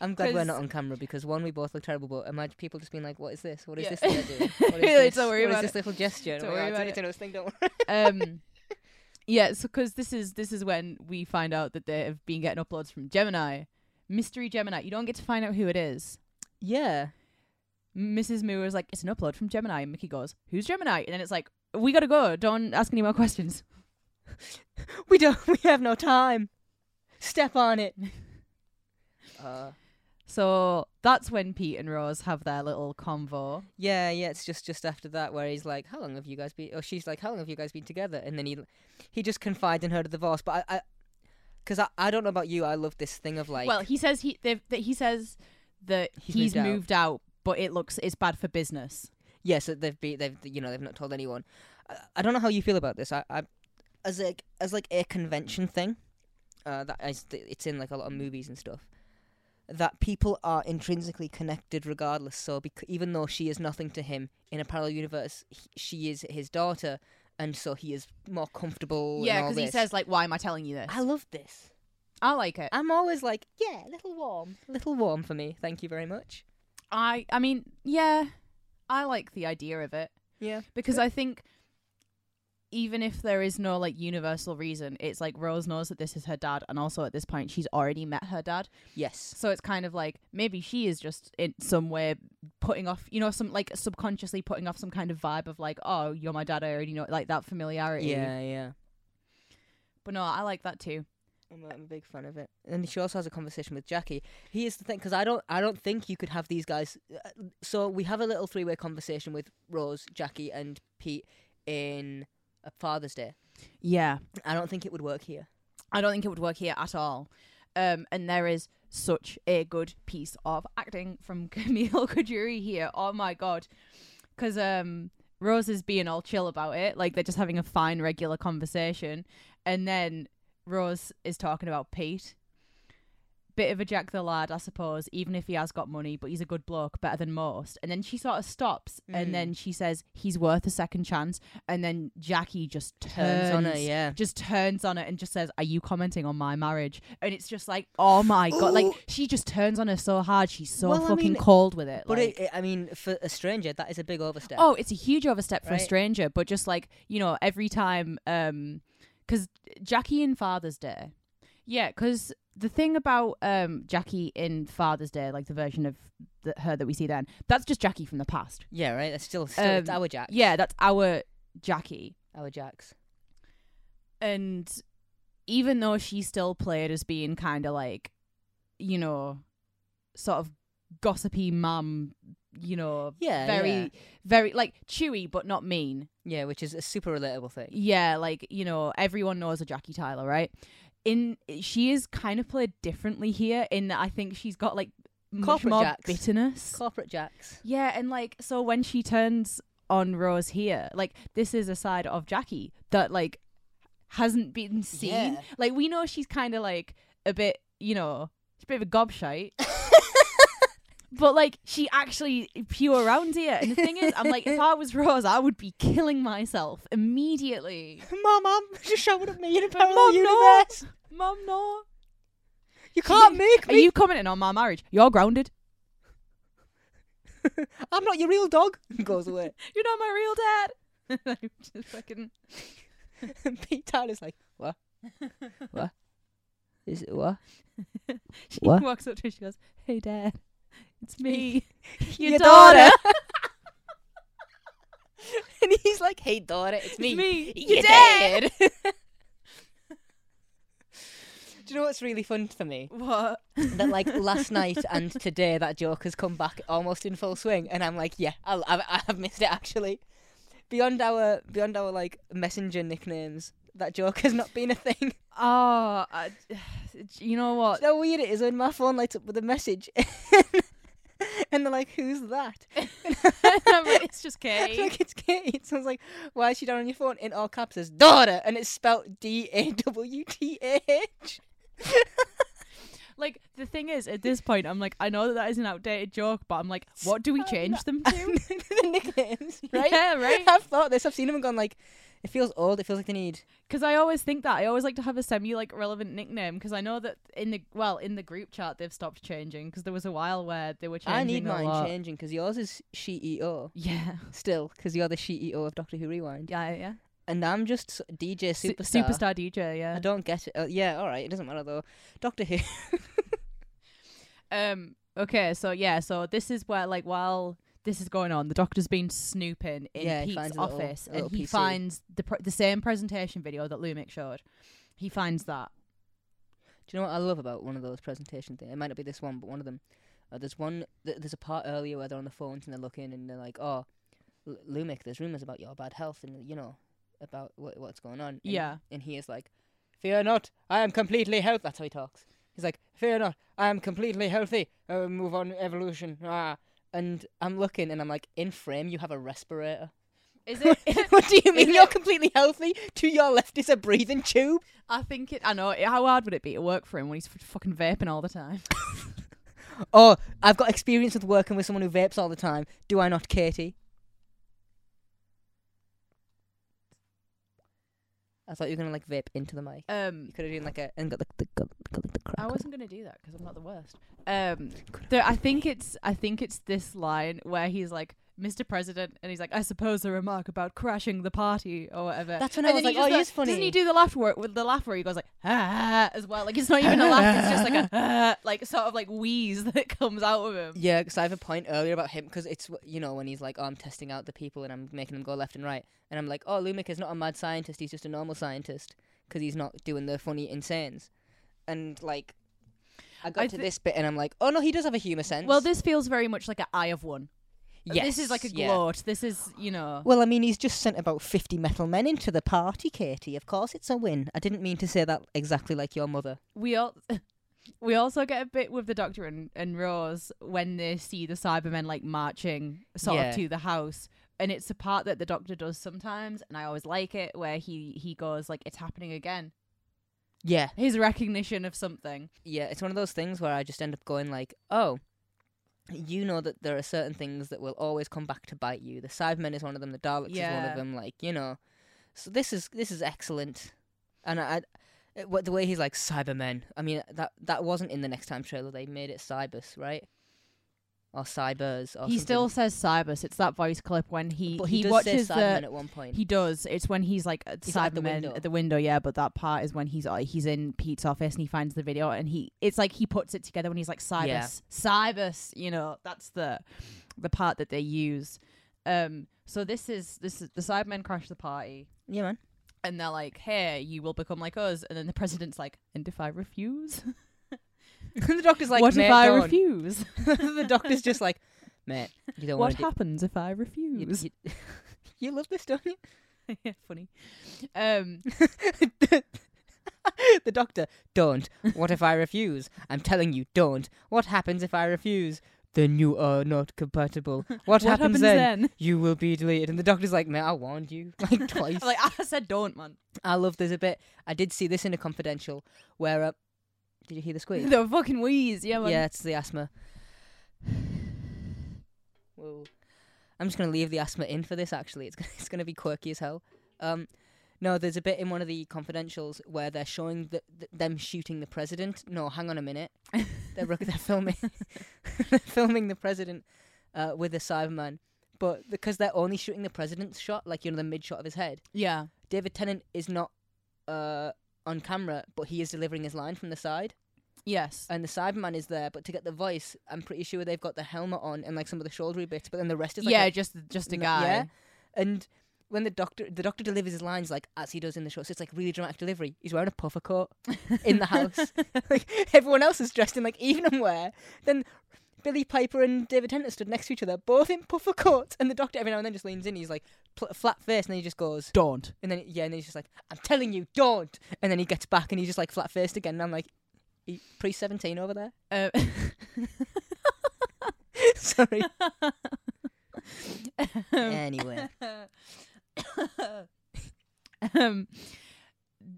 I'm glad we're 'cause- not on camera because one, we both look terrible, but imagine people just being like, "What is this? What is Yeah. this thing they're doing? What is Really, this? don't worry What is about this little gesture? And Don't we're like, worry "It's about only it." a little thing, don't worry." um yeah so because this is this is when we find out that they have been getting uploads from gemini mystery gemini you don't get to find out who it is Yeah, mrs Moore is like it's an upload from gemini and mickey goes who's gemini and then it's like we gotta go don't ask any more questions we don't. We have no time. Step on it. uh, so that's when pete and rose have their little convo yeah, yeah. It's just just after that where he's like, "How long have you guys been?" Or she's like, "How long have you guys been together?" And then he he just confides in her divorce. But I, I because I, I don't know about you, I love this thing of like, well he says he they've- that he says that he's, He's moved out. moved, out. but it looks it's bad for business yes, that they've been, they've, you know, they've not told anyone. I, I don't know how you feel about this. I, I as like as like a convention thing, uh, that is, it's in like a lot of movies and stuff. That people are intrinsically connected regardless. So bec- even though she is nothing to him in a parallel universe, he, she is his daughter, and so he is more comfortable. yeah because because he says like why am i telling you this "I love this." I like it I'm always like, "Yeah, little warm, little warm for me. Thank you very much." I I mean, yeah, I like the idea of it Yeah, because I think even if there is no like universal reason, it's like Rose knows that this is her dad, and also at this point she's already met her dad, yes. so it's kind of like maybe she is just in some way putting off, you know, some like subconsciously putting off some kind of vibe of like, oh, you're my dad, I already know, like that familiarity. Yeah, yeah. But no, I like that too. I'm a, I'm a big fan of it. And she also has a conversation with Jackie. Here's the thing, because I don't, I don't think you could have these guys. uh, So we have a little three-way conversation with Rose, Jackie, and Pete in uh, Father's Day. Yeah, I don't think it would work here. I don't think it would work here at all. Um, and there is such a good piece of acting from Camille Kujuri here. Oh my god, because um, Rose is being all chill about it, like they're just having a fine, regular conversation, and then Rose is talking about Pete. Bit of a jack the lad, I suppose, even if he has got money, but he's a good bloke, better than most. And then she sort of stops Mm. and then she says, He's worth a second chance. And then Jackie just turns, Turns on her, yeah. just turns on it and just says, "Are you commenting on my marriage?" And it's just like, "Oh my god!" Like Ooh. she just turns on her so hard. She's so Well, I fucking mean, cold with it. But like- it, it, I mean, for a stranger, that is a big overstep. oh, it's a huge overstep for Right. a stranger. But just like you know, every time, um, because Jackie in Father's Day, yeah, because the thing about um Jackie in Father's Day, like the version of the, her that we see then, that's just Jackie from the past. yeah, right. That's still, still it's Um, our Jack, Yeah, that's our Jackie. our Jacks. and even though she still played as being kind of like you know sort of gossipy mum, you know, Yeah, very, yeah. very like chewy but not mean. yeah, which is a super relatable thing. Yeah, like you know, everyone knows a Jackie Tyler, right? In she is kind of played differently here. In that I think she's got like much Corporate more jacks. bitterness. Corporate jacks. yeah, and like so when she turns on Rose here, like this is a side of Jackie that like hasn't been seen. Yeah. Like we know she's kind of like a bit, you know, she's a bit of a gobshite. But like she actually pure around here, and the thing is, I'm like, if I was Rose, I would be killing myself immediately. Mom, mom, just showing at me in a parallel Mum, no. universe. Mum, no. You can't make Are me. you commenting on my marriage? You're grounded. I'm not your real dog. Goes away. You're not my real dad. I'm just fucking. and Pete Tyler's like, what? What? Is it what? She What? walks up to her. She goes, "Hey, dad, it's me, your, Your daughter. daughter. And he's like, hey, daughter, it's me. It's me, You're dead. Do you know what's really fun for me? What? That like last night and today, that joke has come back almost in full swing, and I'm like, yeah, I'll, I've, I've missed it actually. Beyond our beyond our like messenger nicknames, that joke has not been a thing. Oh, I, you know Do what? you know how weird it is when my phone lights up with a message, and they're like, who's that? I'm like, it's just It's Kate. like it's Kate. Sounds like why is she down on your phone? In all caps, says daughter, and it's spelled D A W T H. Like the thing is, at this point, I'm like, I know that that is an outdated joke, but I'm like, what do we change them to? the nicknames, right? Yeah, right. I've thought this. I've seen them and gone like, it feels old. It feels like they need. Because I always think that I always like to have a semi like relevant nickname. Because I know that in the well in the group chat they've stopped changing. Because there was a while where they were changing. I need a mine lot. changing because yours is CEO Yeah, still because you're the CEO of Doctor Who Rewind, yeah, yeah. and I'm just s- DJ Su- superstar. superstar DJ. I Yeah. don't get it. Uh, yeah, all right. It doesn't matter though. Doctor Who. Um. Okay. So yeah. So this is where like while this is going on, the doctor's been snooping in Yeah, he Pete's finds a little- office, a and little he PC. finds the pr- the same presentation video that Lumic showed. He finds that. Do you know what I love about one of those presentation things? It might not be this one, but one of them. Uh, there's one. Th- there's a part earlier where they're on the phones and they're looking and they're like, "Oh, L- Lumic, there's rumors about your bad health and you know about what what's going on." And, Yeah. And he is like, "Fear not, I am completely healthy." That's how he talks. He's like, "Fear not, I am completely healthy. Uh, move on, evolution." Ah. And I'm looking and I'm like, "In frame, you have a respirator." Is it? what do you mean Is you're it- completely healthy? To your left is a breathing tube. I think it. I know. How hard would it be to work for him when he's f- fucking vaping all the time? Oh, I've got experience with working with someone who vapes all the time. Do I not, Katie? I thought you were gonna like vape into the mic. Um. You could have done like a and got like the got, got like the I crackle. wasn't gonna do that because I'm not the worst. Um, there, I think it's I think it's this line where he's like, "Mr. President," and he's like, "I suppose a remark about crashing the party or whatever." That's when I and was then he like, "Oh, just he's funny." Doesn't he do the laugh work with the laugh where he goes like, "Ah," as well? Like it's not even a laugh; it's just like a ah, like sort of like wheeze that comes out of him. Yeah, 'cause I have a point earlier about him 'cause it's wh- you know when he's like, oh, I'm testing out the people and I'm making them go left and right, and I'm like, oh, Lumic is not a mad scientist. He's just a normal scientist 'cause he's not doing the funny insanes. And like, I got I to thi- this bit and I'm like, oh no, he does have a humor sense. Well, this feels very much like an eye of one. yes, this is like a yeah. gloat. This is you know. Well, I mean, he's just sent about 50 metal men into the party, Katie. Of course it's a win. I didn't mean to say that exactly like your mother. we all we also get a bit with the doctor and, and rose when they see the cybermen like marching sort Yeah. of to the house and it's a part that the doctor does sometimes and i always like it where he he goes like it's happening again Yeah. his recognition of something Yeah, it's one of those things where I just end up going like, oh, you know that there are certain things that will always come back to bite you. The Cybermen is one of them, the Daleks is one Yeah. of them, like, you know. So this is this is excellent. And I, I it- what the way he's like Cybermen. I mean, that that wasn't in the next time trailer. They made it Cybers, right? Or Cybers or something. he still says cybus it's that voice clip when he but he, does watches say the Cybermen at one point. he does. It's when he's like at He's Cybermen at the window. at the window, yeah. But that part is when he's uh, he's in Pete's office and he finds the video and he it's like he puts it together when he's like Cybus, Yeah. Cybus. You know, that's the the part that they use. Um, so this is this is the Cybermen crash the party yeah, man. and they're like, "Hey, you will become like us." And then the president's like, "And if I refuse." the doctor's like, what "Mate, if I don't." refuse? the doctor's just like, mate, you don't What want to. happens if I do- refuse? you, you, you love this, don't you? yeah, funny. Um, the doctor, don't. What if I refuse? I'm telling you, don't. What happens if I refuse? Then you are not compatible. What, what happens, then? You will be deleted. And the doctor's like, mate, I warned you like twice. I'm like I said, don't, man. I love this a bit. I did see this in a confidential where, uh, did you hear the squeak? The fucking wheeze, yeah, man. yeah, it's the asthma. Whoa. I'm just gonna leave the asthma in for this. Actually, it's gonna, it's gonna be quirky as hell. Um, no, there's a bit in one of the confidentials where they're showing the, th them shooting the president. No, hang on a minute. they're rec- they're filming they're filming the president uh, with a Cyberman, but because they're only shooting the president's shot, like you know the mid shot of his head. Yeah. David Tennant is not uh, on camera, but he is delivering his line from the side Yes. and the Cyberman is there, but to get the voice, I'm pretty sure they've got the helmet on and like some of the shouldery bits, but then the rest is like yeah, a- just just a n- guy. yeah. and when the doctor the doctor delivers his lines like as he does in the show, so it's like really dramatic delivery. He's wearing a puffer coat in the house. like everyone else is dressed in like evening wear. Then Billy Piper and David Tennant stood next to each other, both in puffer coats, and the doctor every now and then just leans in. He's like pl- flat face, and then he just goes, Don't. and then yeah, and then he's just like, "I'm telling you, don't." And then he gets back, and he's just like flat faced again. And I'm like, he pre seventeen over there. Uh, Sorry. anyway, um,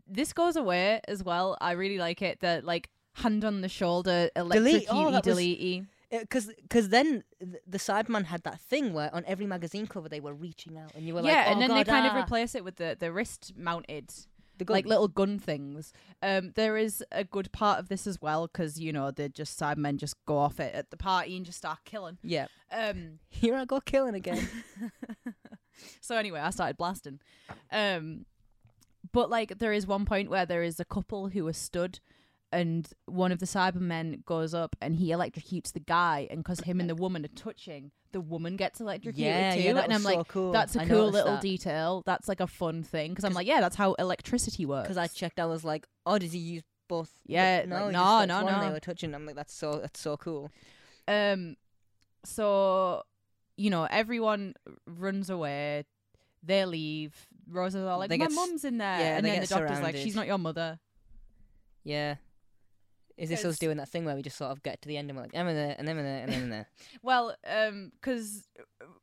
this goes away as well. I really like it. The like hand on the shoulder, electric Delete. Oh, that was- delete. because because Eh, then th- the Cyberman had that thing where on every magazine cover they were reaching out, and you were yeah, like, "Oh and then they God, kind of ah." replace it with the the wrist mounted The good- like little gun things. Um, there is a good part of this as well because you know they just Cybermen just go off it at the party and just start killing. yeah, Um, here I go killing again. so anyway, I started blasting. Um, but like there is one point where there is a couple who are stood. And one of the Cybermen goes up and he electrocutes the guy, and because him and the woman are touching, the woman gets electrocuted yeah, too. yeah, that and was I'm so like, cool. that's a I cool noticed little that. detail. That's like a fun thing because I'm 'Cause- like, yeah, that's how electricity works. Because I checked, I was like, "Oh, does he use both?" But Yeah, no, like, he just no, got no, the one They no. were touching. I'm like, "That's so that's so cool." Um, so you know, everyone runs away. They leave. Rosa's all like, They "My get s- mum's in there," yeah, and they then the get doctor's like, surrounded. "She's not your mother." Yeah. Is this us It's- doing that thing where we just sort of get to the end and we're like, I'm in there, and I'm in there, and I'm in there? Well, um, because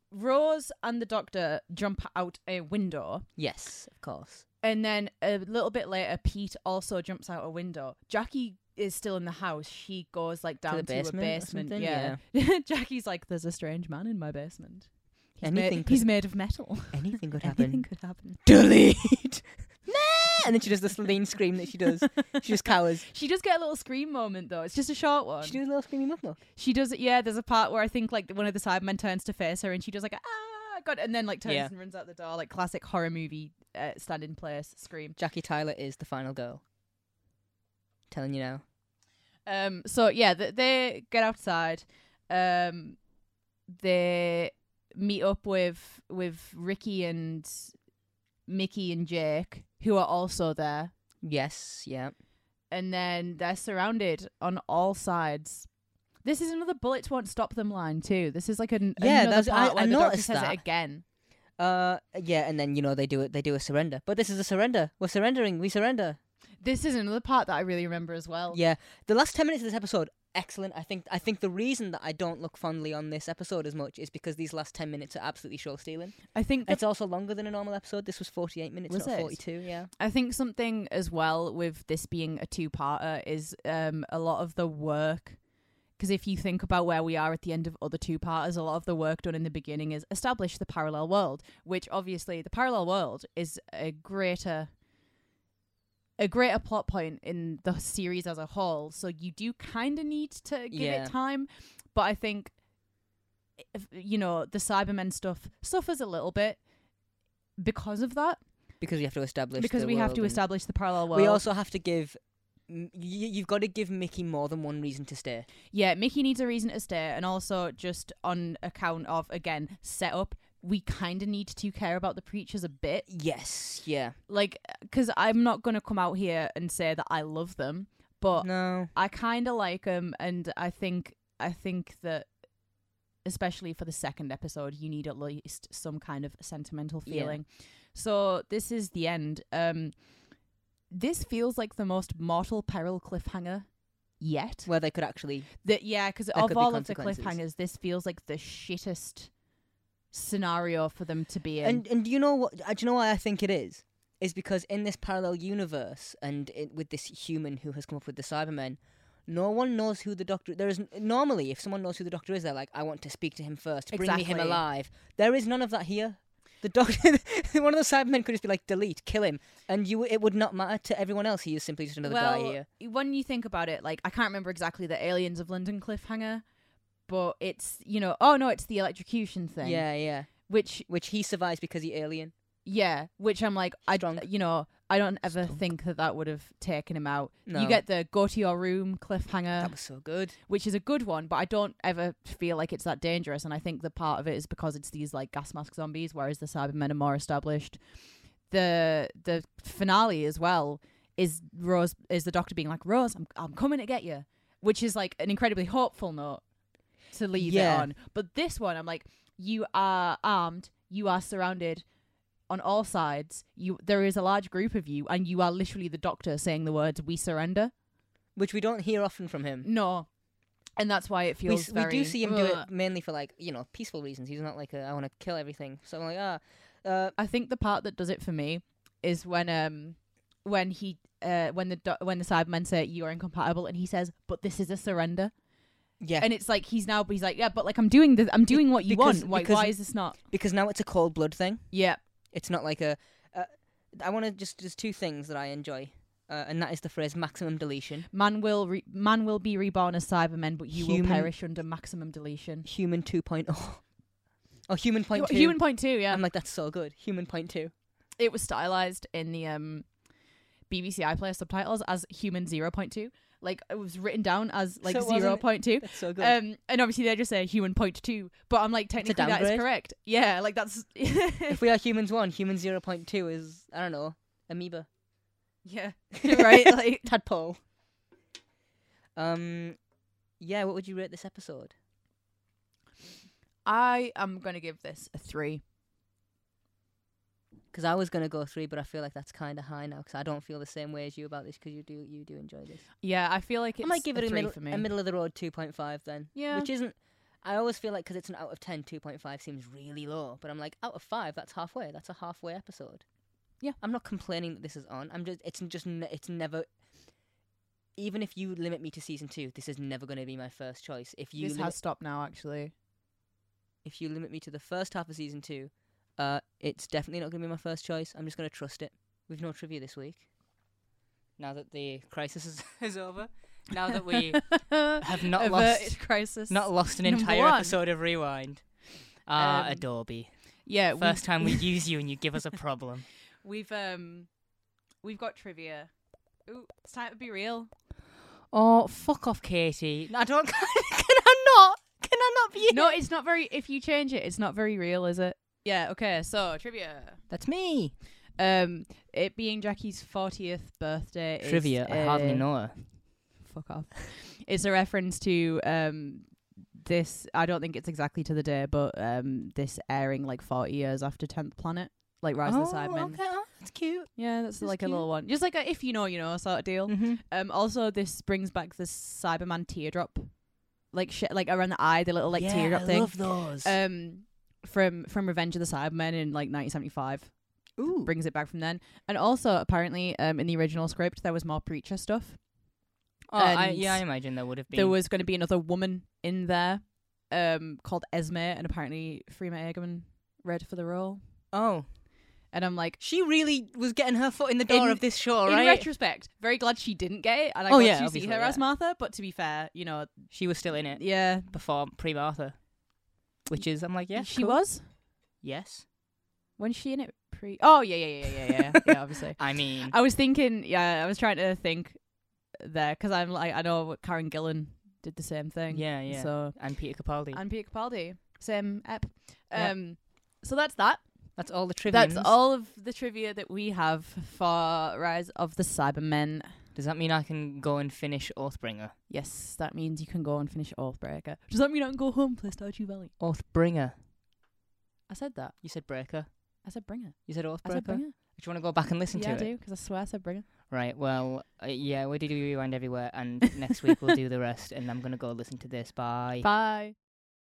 Rose and the doctor jump out a window, yes, of course. and then a little bit later, Pete also jumps out a window. Jackie is still in the house. She goes like down to, basement or a basement. something? Yeah. Jackie's like, "There's a strange man in my basement. He's made- Anything could- he's made of metal. Anything could Anything happen. could happen." Delete. Nah! And then she does this lean scream that she does. She just cowers. She does get a little scream moment though. It's just a short one. She does a little screaming muck muck. She does it. Yeah, there's a part where I think like one of the Cybermen turns to face her, and she does like a, ah god, and then like turns Yeah. and runs out the door, like classic horror movie uh, stand in place scream. Jackie Tyler is the final girl. Telling you now. Um. So yeah, th- they get outside. Um, they meet up with with Ricky and Mickey and Jake, who are also there, Yes, yeah. and then they're surrounded on all sides. This is another bullets won't stop them line too. This is like an Yeah, another that's- I- part I where the doctor noticed says that. it again. Uh, yeah, and then you know they do it. They do a surrender, but this is a surrender. We're surrendering. We surrender. This is another part that I really remember as well. Yeah, the last ten minutes of this episode, excellent. I think. I think the reason that I don't look fondly on this episode as much is because these last ten minutes are absolutely show stealing. I think It's also longer than a normal episode. This was forty-eight minutes, Was not it? forty-two. Yeah. I think something as well with this being a two-parter is um a lot of the work because if you think about where we are at the end of other two-parters, a lot of the work done in the beginning is establish the parallel world, which obviously the parallel world is a greater a greater plot point in the series as a whole. So you do kind of need to give Yeah. it time, but I think if, you know the Cybermen stuff suffers a little bit because of that Because we have to establish. because the we have world to and- establish the parallel world. We also have to give. m- y- You've got to give Mickey more than one reason to stay. yeah, Mickey needs a reason to stay, and also just on account of again setup. We kind of need to care about the preachers a bit, uh, Yes. Yeah. like because I'm not gonna come out here and say that I love them, But no. I kind of like them, and I think I think that especially for the second episode, you need at least some kind of sentimental Yeah. feeling. So this is the end. Um, this feels like the most mortal peril cliffhanger yet. Where they could actually. That yeah, because There could of be all of the consequences. cliffhangers, this feels like the shittest scenario for them to be in. And and do you know what? uh, Do you know why I think it is? Is because in this parallel universe and it, with this human who has come up with the Cybermen, no one knows who the Doctor. There is n- normally if someone knows who the Doctor is, they're like, I want to speak to him first. Bring me him Exactly. alive. There is none of that here. The Doctor, one of the Cybermen could just be like, delete, kill him, and you. It would not matter to everyone else. He is simply just another guy Well, here. when you think about it, like I can't remember exactly the Aliens of London cliffhanger, but it's you know oh no, it's the electrocution thing. Yeah, yeah. Which Which he survives because he alien. yeah, which I'm like I Strong. don't you know I don't ever Strong. think that that would have taken him out. No. You get the go to your room cliffhanger, that was so good. which is a good one, but I don't ever feel like it's that dangerous. And I think the part of it is because it's these like gas mask zombies, whereas the Cybermen are more established. The the finale as well is Rose is the Doctor being like Rose, I'm I'm coming to get you, which is like an incredibly hopeful note to leave Yeah. it on. But this one, I'm like, you are armed, you are surrounded. On all sides, you there is a large group of you, and you are literally the doctor saying the words "We surrender." Which we don't hear often from him. No, and that's why it We, feels. s- we do very- see him do Ugh. it mainly for like you know peaceful reasons. He's not like a, I want to kill everything. So I'm like ah, uh, I think the part that does it for me is when um when he uh when the do- when the Cybermen say you are incompatible and he says but this is a surrender yeah. and it's like he's now he's like yeah but like I'm doing this I'm doing what you because- want why because- why is this not because now it's a cold blood thing. yeah It's not like a. Uh, I want to just there's two things that I enjoy, uh, and that is the phrase maximum deletion. man will re- man will be reborn as Cybermen but you Human- will perish under maximum deletion Human 2.0. Oh, human point two. human point two yeah I'm like that's so good. Human point two. it was stylized in the um BBC iPlayer subtitles as human 0.2 like it was written down as like So it wasn't- 0.2 That's so good. Um, and obviously they just say human point two, but I'm like technically that is downgrade. correct. Yeah, like that's if we are humans one, human 0.2 is I don't know amoeba. yeah, right. Like tadpole. Um, yeah. What would you rate this episode? I am gonna give this a three. Because I was gonna go three, but I feel like that's kind of high now. Because I don't feel the same way as you about this. Because you do, you do enjoy this. Yeah, I feel like it's I might give a it a three middle, for me. a middle of the road two point five then. Yeah. Which isn't. I always feel like because it's an out of 10, 2.5 seems really low. But I'm like out of five, that's halfway. That's a halfway episode. Yeah. I'm not complaining that this is on. I'm just. It's just. Ne- it's never. Even if you limit me to season two, this is never going to be my first choice. If you this limit has stopped now, actually. if you limit me to the first half of season two, uh, it's definitely not going to be my first choice. I'm just going to trust it. We've no trivia this week. Now that the crisis is, is over, now that we have not Averted lost crisis. not lost an Number entire one. episode of Rewind. Ah, Um, Adobe. yeah. we- First time we use you and you give us a problem. we've um we've got trivia. Ooh, it's time to be real. Oh, fuck off, Katie. I don't. Can I not? Can I not be? No, it's not very. If you change it, it's not very real, is it? Yeah. Okay. So trivia. That's me. Um, it being Jackie's fortieth birthday. is Trivia. I hardly a- know her. Fuck off. it's a reference to um this. I don't think it's exactly to the day, but um this airing like forty years after Tenth Planet, like Rise of the Sidemen. okay. oh, that's cute. Yeah, that's, That's like cute. a little one, just like a if you know, you know sort of deal. Mm-hmm. Um, also this brings back the Cyberman teardrop, like shit, like around the eye, the little like teardrop I thing. love those. um, from from Revenge of the Cybermen in like 1975 Ooh. brings it back from then. And also, apparently, um, in the original script, there was more preacher stuff. Oh, I, and yeah, I imagine there would have been. There was going to be another woman in there, um, called Esme, and apparently Freema Egerman read for the role. oh, And I'm like, she really was getting her foot in the door In- of this show, in right? retrospect, very glad she didn't get it, and I Oh, got yeah, to see obviously, her as yeah. Martha. But to be fair, you know, she was still in it yeah, before pre Martha, which is I'm like, yeah, she cool. was Yes, when she in it pre. Oh yeah, yeah, yeah, yeah, yeah, yeah, yeah obviously. I mean, I was thinking, yeah, I was trying to think there because I'm like, I know Karen Gillan did the same thing. yeah, yeah, So and Peter Capaldi. and Peter Capaldi, same ep. Yeah. Um, so that's that. that's all the trivia. That's all of the trivia that we have for Rise of the Cybermen. Does that mean I can go and finish Oathbringer? Yes, that means you can go and finish Oathbreaker. Does that mean I can go home, play Stardew Valley? Oathbringer. I said that. You said Breaker. I said bringer. You said Oathbreaker. I said bringer. Do you want to go back and listen yeah, to I it? do, because I swear I said bringer. Right. Well, uh, yeah, we did rewind everywhere, and next week we'll do the rest. And I'm gonna go listen to this. Bye. Bye.